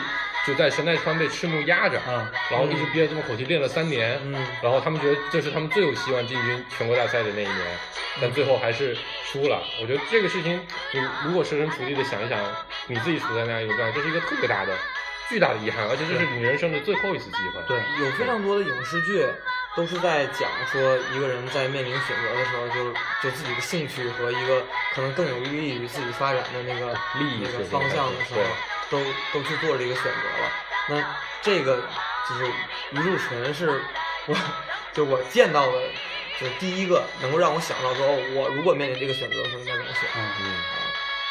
D: 就在神奈川被赤木压着，
C: 嗯
D: 然后一直憋着这么口气练了三年，
B: 嗯
D: 然后他们觉得这是他们最有希望进军全国大赛的那一
C: 嗯
D: 年，但最后还是输了。我觉得这个事情，你如果设身处地的想一想，你自己处在那样一种状态，这是一个特别大的、巨大的遗憾，而且这是你人生的最后一次机会。
C: 对，
B: 有非常多的影视剧都是在讲说一个人在面临选择的时候就，就自己的兴趣和一个可能更有利于自己发展的那个
D: 利益
B: 那个
D: 水平
B: 方向的时候
D: 对，
B: 都都去做这个选择了。那这个就是于柱纯是我就我见到的，就是第一个能够让我想到说，哦，我如果面临这个选择的时候应该怎么选，啊
C: 嗯，
D: 嗯，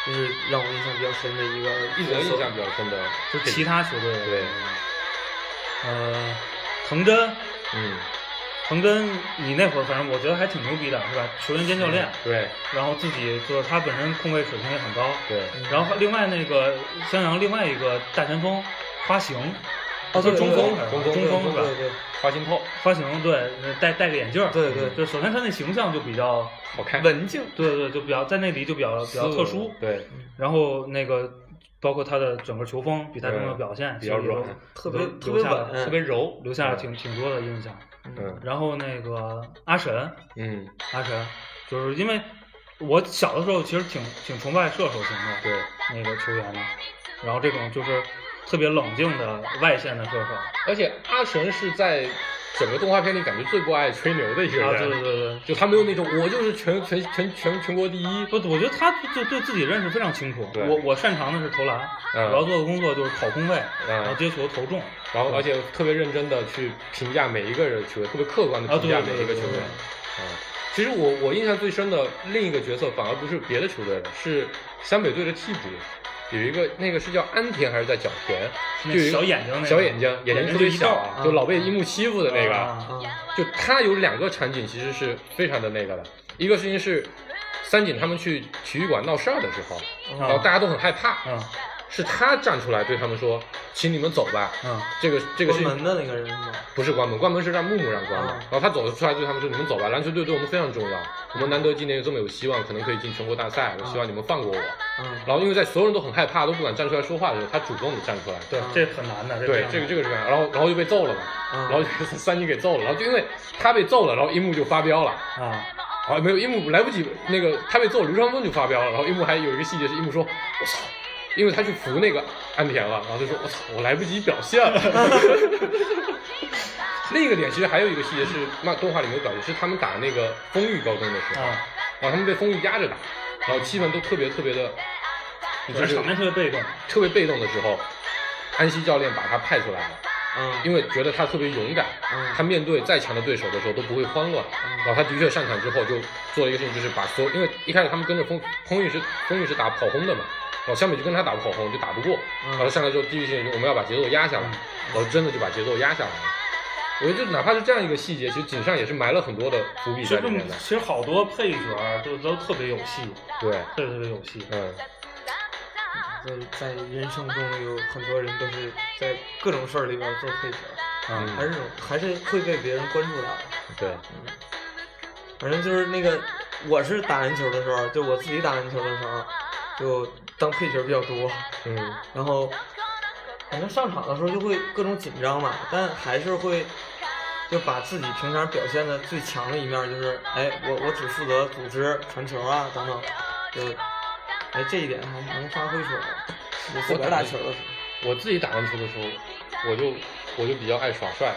B: 就是让我印象比较深的一个
D: 一则
B: 角色
D: 印象比较深的
C: 就是其他球队的
D: 对，
C: 呃，藤真，
D: 嗯，
C: 藤真，你那会儿反正我觉得还挺牛逼的，是吧？球员兼教
B: 嗯
C: 练，
D: 对
C: 然后自己就是他本身控卫水平也很高，嗯
D: 对，
C: 然后另外那个襄阳另外一个大前锋花形，
B: 哦对
C: 就中锋
B: 对
D: 对
C: 中
D: 中
C: 锋
D: 锋
C: 是吧？
B: 对对
D: 花心透，
C: 花形对，呃戴戴个眼镜儿
B: 对对
C: 就首先他那形象就比较，
D: 好看，
B: 文静，
C: 对对，就比较在那里就比较比较特殊，
D: 对，
C: 然后那个包括他的整个球风，比赛中的表现
D: 比较
C: 所以说
D: 软
B: 特别
C: 留
B: 特别嗯
C: 留下了
B: 稳
C: 特别
D: 柔
C: 留下了挺挺多的印象。
D: 嗯
C: 然后那个阿神，
D: 嗯，
C: 阿神，就是因为我小的时候其实挺挺崇拜射手型的，
D: 对，
C: 那个球员的，然后这种就是特别冷静的外线的射手，啊，
D: 而且阿神是在整个动画片里感觉最不爱吹牛的一个人，
C: 啊对对对对，
D: 就他没有那种我就是全全全全全国第一，
C: 不，我觉得他就对自己认识非常清楚。
D: 对
C: 我我擅长的是投篮，
D: 嗯
C: 我要做的工作就是跑空位，
D: 嗯
C: 然后接球投中。
D: 然后而且特别认真的去评价每一个人球员，特别客观的
C: 啊
D: 评
C: 对
D: 价
C: 对
D: 每
C: 对
D: 一个球
C: 对
D: 员。嗯，其实我我印象最深的另一个角色反而不是别的球队的，是湘北队的替补。有一个那个是叫安田还是在角田，
C: 那
D: 就有一个
C: 小眼睛那个
D: 小眼睛，眼睛特别小
C: 眼睛就一
D: 啊，
C: 道
D: 就老被樱木欺负的那个。
C: 啊
B: 啊。
D: 就他有两个场景其实是非常的那个的，一个事情是三井他们去体育馆闹事儿的时候，
B: 啊
D: 然后大家都很害怕，
C: 嗯
D: 是他站出来对他们说，请你们走吧，
C: 嗯
D: 这个这个
B: 关
D: 事
B: 门
D: 情
B: 的那个人是吗？
D: 不是关门，关门是让木木让关的
B: 啊，
D: 然后他走出来对他们说，你们走吧，篮球队对我们非常重要，我们难得今年有这么有希望，可能可以进全国大赛，我希望你们放过我。
B: 嗯，
D: 然后因为在所有人都很害怕，都不敢站出来说话的时候，他主动的站出来，
C: 对，这很难的。
D: 对，这个这个是这样，然后然后就被揍了嘛，
B: 嗯
D: 然后就三井给揍了，然后就因为他被揍了，然后樱木就发飙了，
C: 个啊，
D: 啊没有樱木来不及，那个他被揍，刘长风就发飙了，然后樱木还有一个细节是樱木说，我操。因为他去扶那个安田了，然后就说：“我操，我来不及表现了。”另一个点其实还有一个细节是，漫动画里没有表现，是他们打那个丰裕高中的时候，
C: 啊，
D: 然后他们被丰裕压着打，然后气氛都特别特别的，
C: 我
D: 你
C: 觉
D: 就
C: 得
D: 是
C: 场面特别被动。
D: 特别被动的时候，安西教练把他派出来了，
B: 嗯，
D: 因为觉得他特别勇敢
B: 嗯，
D: 他面对再强的对手的时候都不会慌乱。然后他的确上场之后就做了一个事情，就是把所有，因为一开始他们跟着风风雨是风雨是打跑轰的嘛，然后湘北就跟他打跑轰就打不过，
B: 嗯
D: 然后上来之后第一个事情就是我们要把节奏压下来，然后真的就把节奏压下来了。我觉得就哪怕是这样一个细节，其实井上也是埋了很多的伏笔
C: 其
D: 在
C: 实
D: 里面的。
C: 其实好多配角儿都都特别有戏，
D: 对，
C: 特别特别有戏。
D: 嗯，
B: 在在人生中有很多人都是在各种事儿里边做配角，
D: 嗯
B: 还是还是会被别人关注到的。嗯
D: 对，
B: 反正就是那个，我是打篮球的时候，就我自己打篮球的时候，就当配角比较多，
D: 嗯
B: 然后反正上场的时候就会各种紧张嘛，但还是会就把自己平常表现的最强的一面，就是哎，我我只负责组织传球啊等等，就哎这一点还能发挥出来。就自个儿打球的时候，
D: 我自己打篮球的时候，我就我就比较爱耍帅，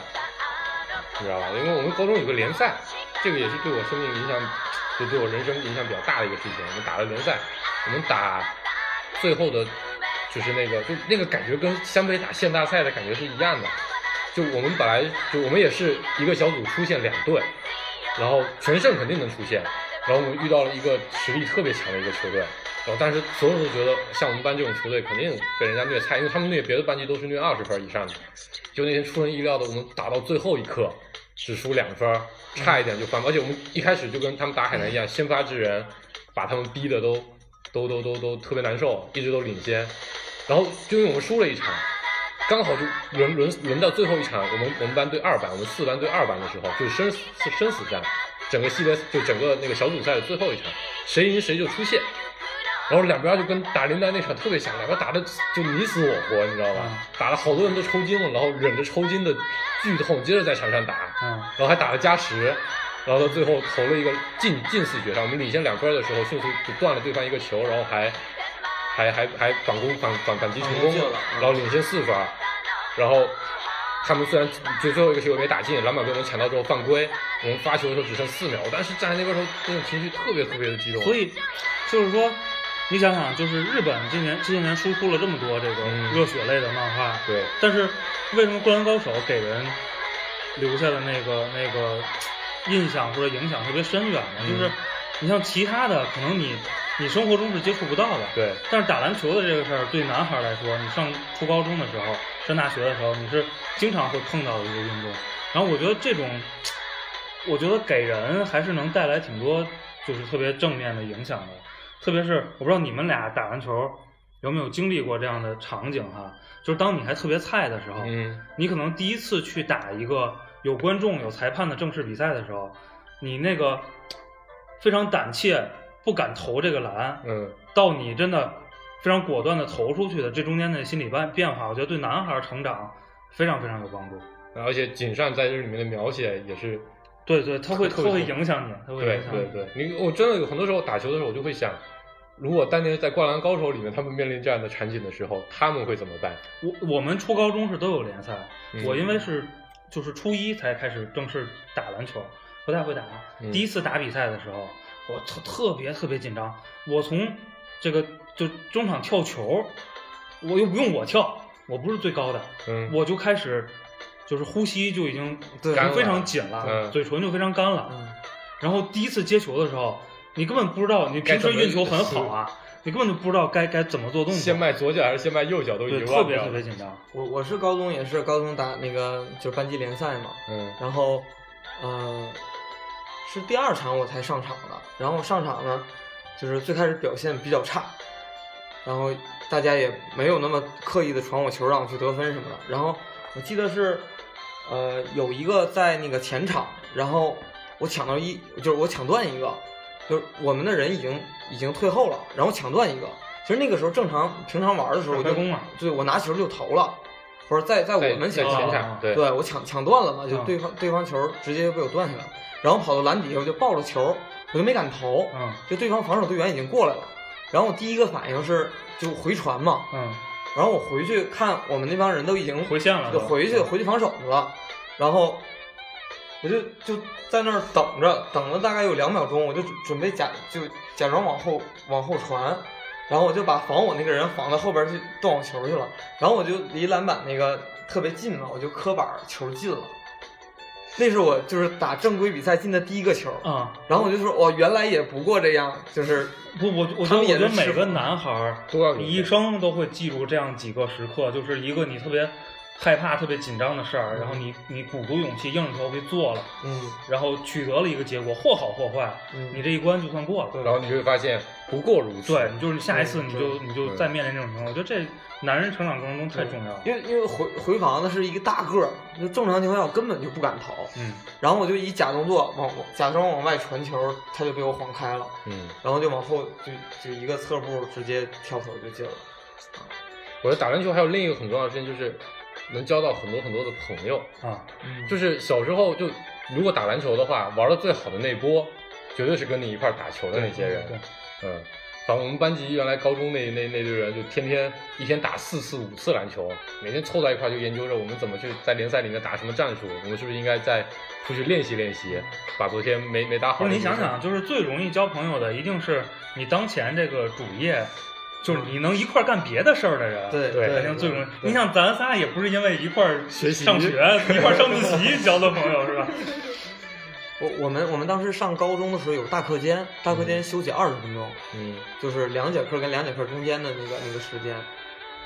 D: 你知道吧？因为我们高中有个联赛，这个也是对我生命影响，就对我人生影响比较大的一个事情。我们打了联赛，我们打最后的，就是那个就那个感觉跟湘北打县大赛的感觉是一样的。就我们本来就我们也是一个小组出现两队，然后全胜肯定能出现。然后我们遇到了一个实力特别强的一个球队，然哦后但是所有人都觉得像我们班这种球队肯定被人家虐菜，因为他们虐别的班级都是虐二十分以上的。就那天出人意料的，我们打到最后一刻只输两分，差一点就翻。而且我们一开始就跟他们打海南一样，先发制人，把他们逼的都都都都都特别难受，一直都领先。然后就因为我们输了一场，刚好就轮轮轮到最后一场，我们我们班对二班，我们四班对二班的时候，就是生死生死战，整个系列就整个那个小组赛的最后一场，谁赢谁就出线。然后两边就跟打林丹那场特别像，两边打的就你死我活，你知道吧？
C: 嗯
D: 打了好多人都抽筋了，然后忍着抽筋的剧痛，接着在场上打，
C: 嗯
D: 然后还打了加时，然后到最后投了一个进进四决上，我们领先两分的时候，迅速就断了对方一个球，然后还还还还反攻反反反击成功
B: 反击了嗯
D: 然后领先四分，然后他们虽然就最后一个球没打进，篮板被我们抢到之后犯规，我们发球的时候只剩四秒，我当时站在那边的时候，那种情绪特别特别的激动，
C: 所以就是说，你想想，就是日本今年这些年输出了这么多这个
D: 嗯
C: 热血类的漫画，
D: 对
C: 但是为什么《灌篮高手》给人留下的那个那个印象或者影响特别深远呢？
D: 嗯
C: 就是你像其他的，可能你你生活中是接触不到的，
D: 对
C: 但是打篮球的这个事儿，对男孩来说，你上初高中的时候，上大学的时候，你是经常会碰到的一个运动。然后我觉得这种，我觉得给人还是能带来挺多，就是特别正面的影响的。特别是我不知道你们俩打篮球有没有经历过这样的场景哈、就是当你还特别菜的时候，
D: 嗯
C: 你可能第一次去打一个有观众、有裁判的正式比赛的时候，你那个非常胆怯，不敢投这个篮，
D: 嗯
C: 到你真的非常果断的投出去的这中间的心理变变化，我觉得对男孩成长非常非常有帮助。
D: 而且井上在这里面的描写也是，
C: 对对，他会
D: 特
C: 他
D: 别
C: 会
D: 重
C: 影响你，他会
D: 对
C: 影响
D: 对
C: 你。
D: 对，你我真的有很多时候打球的时候，我就会想，如果当年在《灌篮高手》里面他们面临这样的场景的时候，他们会怎么办？
C: 我我们初高中是都有联赛，
D: 嗯
C: 我因为是就是初一才开始正式打篮球，不太会打。
D: 嗯
C: 第一次打比赛的时候，我特特别特别紧张，我从这个就中场跳球，我又不用我跳，我不是最高的，
D: 嗯，
C: 我就开始就是呼吸就已经
B: 对
C: 非常紧了，
D: 嗯
C: 嘴唇就非常干了。
B: 嗯，
C: 然后第一次接球的时候，你根本不知道，你
D: 该
C: 平
D: 怎
C: 时
D: 么
C: 运球很好啊，你根本就不知道该该怎么做动作，
D: 先迈左脚还是先迈右脚都已
C: 对，
D: 经
C: 特
D: 忘
C: 别
D: 掉
C: 特别
D: 了。
C: 紧张。
B: 我我是高中也是高中打那个就是班级联赛嘛，
D: 嗯
B: 然后，呃，是第二场我才上场的。然后上场呢，就是最开始表现比较差，然后大家也没有那么刻意的传我球让我去得分什么的。然后我记得是，呃，有一个在那个前场，然后我抢到一，就是我抢断一个，就是我们的人已经已经退后了，然后抢断一个。其实那个时候正常平常玩的时候，我
C: 快
B: 就
C: 攻嘛
B: 对我拿球就投了，不是在在我
D: 在
B: 们
D: 在
B: 前
C: 前
B: 场啊
D: 前
C: 场
D: 场，对
B: 对我抢抢断了嘛，就
C: 嗯
B: 对方、对方球直接就被我断下来了，然后跑到篮底下我就抱着球，我就没敢投，
C: 嗯
B: 就对方防守队员已经过来了，然后我第一个反应是就回传嘛，
C: 嗯，
B: 然后我回去看我们那帮人都已经
C: 回线了
B: 就
C: 都
B: 回去回去防守去了，然后我就就在那儿等着，等了大概有两秒钟，我就准准备假就假装往后往后传，然后我就把防我那个人防到后边去断我球去了，然后我就离篮板那个特别近嘛，我就磕板儿球进了，那是我就是打正规比赛进的第一个球，
C: 啊、
B: 然后我就说我原来也不过这样，就是
C: 不，我我
B: 他
C: 觉
B: 们
C: 得我
B: 也
C: 觉得
B: 是
C: 每
B: 吃
C: 个
B: 苦
C: 男孩儿
D: 都要有
C: 你一生都会记住这样几个时刻，就是一个你特别害怕、特别紧张的事儿，然后你你鼓足勇气，硬着头皮做了，
B: 嗯，
C: 然后取得了一个结果，或好或坏，
B: 嗯
C: 你这一关就算过了。
B: 对
D: 然后你就会发现不过如此。
C: 对，你就是下一次
B: 嗯
C: 你就你就
D: 对
C: 再面临这种情况，我觉得这男人成长过程中太重要了。
B: 因为因为回回房子是一个大个儿，就正常情况下我根本就不敢逃，
C: 嗯，
B: 然后我就以假动作往假装往外传球，他就被我晃开了，
D: 嗯，
B: 然后就往后就就一个侧步直接跳投就进了。啊
D: 我觉得打篮球还有另一个很重要的事情就是能交到很多很多的朋友。
C: 啊，
B: 嗯
D: 就是小时候就如果打篮球的话，玩的最好的那波，绝对是跟你一块儿打球的那些人。
C: 对，
D: 嗯，反正我们班级原来高中那那那堆人，就天天一天打四次五次篮球，每天凑在一块儿就研究着我们怎么去在联赛里面打什么战术，我们是不是应该再出去练习练习，把昨天没没打好
C: 不
D: 的
C: 是
D: 地
C: 哦你
D: 方。
C: 想想，就是最容易交朋友的，一定是你当前这个主业，就是你能一块儿干别的事儿的人。
B: 对
D: 对
C: 肯定最容易。你想，咱仨也不是因为一块儿
D: 学习
C: 上学、 一块儿上自习交的朋友，是吧？
B: 我我们我们当时上高中的时候有大课间，大课间休息二十分钟，
D: 嗯，
B: 就是两节课跟两节课中间的那个那个时间，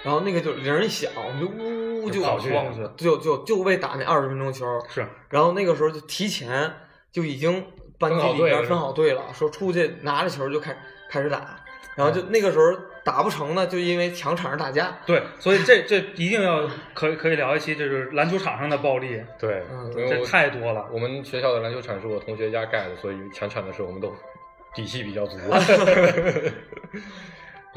B: 然后那个就铃儿一响，我们就呜呜呜就
D: 就跑去
C: 逛去
B: 就就就为打那二十分钟球，
C: 是，
B: 然后那个时候就提前就已经班级里边分好队了，说出去拿着球就开开始打，然后就那个时候打不成呢，就因为抢场上打架，
C: 对，所以这这一定要可以可以聊一期，就是篮球场上的暴力，
D: 对，
B: 嗯
D: 因为
C: 这
D: 哎我
C: 太多了。
D: 我们学校的篮球场是我同学家盖的，所以抢场的时候我们都底气比较 足。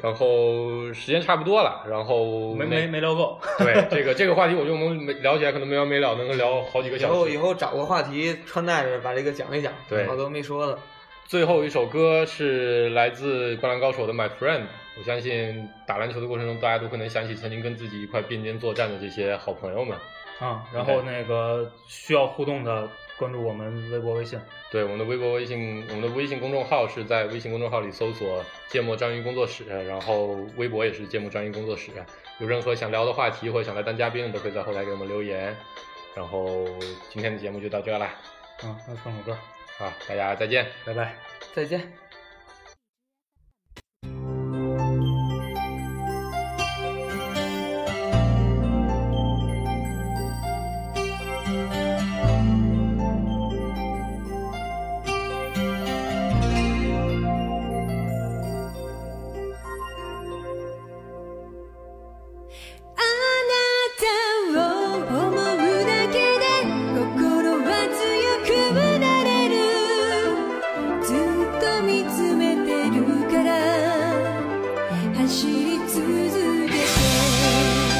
D: 然后时间差不多了，然后
C: 没
D: 那
C: 没没聊够，
D: 对这个这个话题，我觉得我们没聊起来可能没完没了，能够聊好几个
B: 以
D: 小
B: 后
D: 时。
B: 以后找个话题穿戴着把这个讲一讲，
D: 对
B: 好多没说的，
D: 最后一首歌是来自《灌篮高手》的《My Friend》，我相信打篮球的过程中，大家都可能想起曾经跟自己一块并肩作战的这些好朋友们。
C: 啊，然后那个需要互动的，关注我们微博、微信。
D: 对，我们的微博、微信，我们的微信公众号是在微信公众号里搜索“芥末章鱼工作室”，然后微博也是“芥末章鱼工作室”。有任何想聊的话题或者想来当嘉宾的，都可以在后台给我们留言。然后今天的节目就到这啦，
C: 啊，那唱首歌，
D: 好，大家再见。
C: 拜拜。
B: 再见。
E: あなたを思うだけで心は強くなれるずっと見つめてるから走り続けて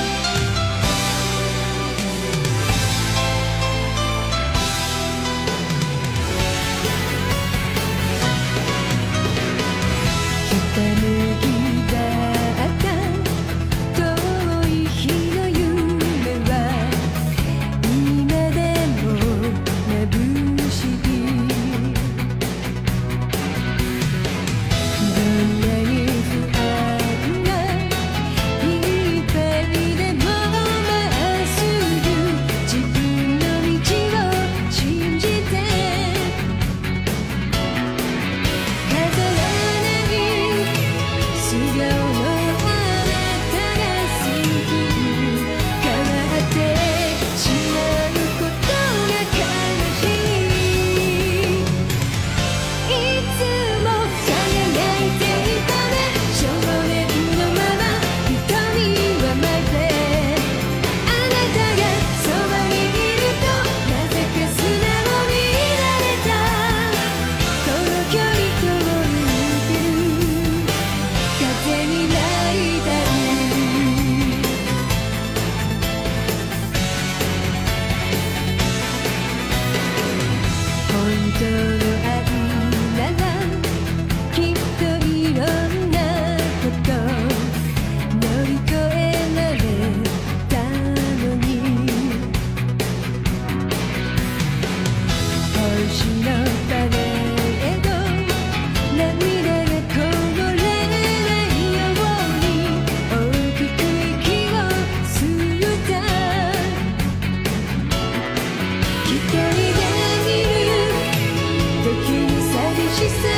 E: ひたむきだった「遠い日の夢は今でも眩しい」「どんなに不安がいっぱいでもまっすぐ自分の道を信じて」「飾らない」「素顔のあなたが好き」「乾いたってしまうことが悲しい」「いつも輝いていたね」「少年のまま瞳はまで」「あなたがそばにいるとなぜか素直にいられた」「この距離と向いてる」「風に泣いたり」「本当の愛ならきっといろんなこと」「乗り越えられたのに」「星のパレード」「涙がこぼれないように」「大きく息を吸った」「一人でいる時に寂しさ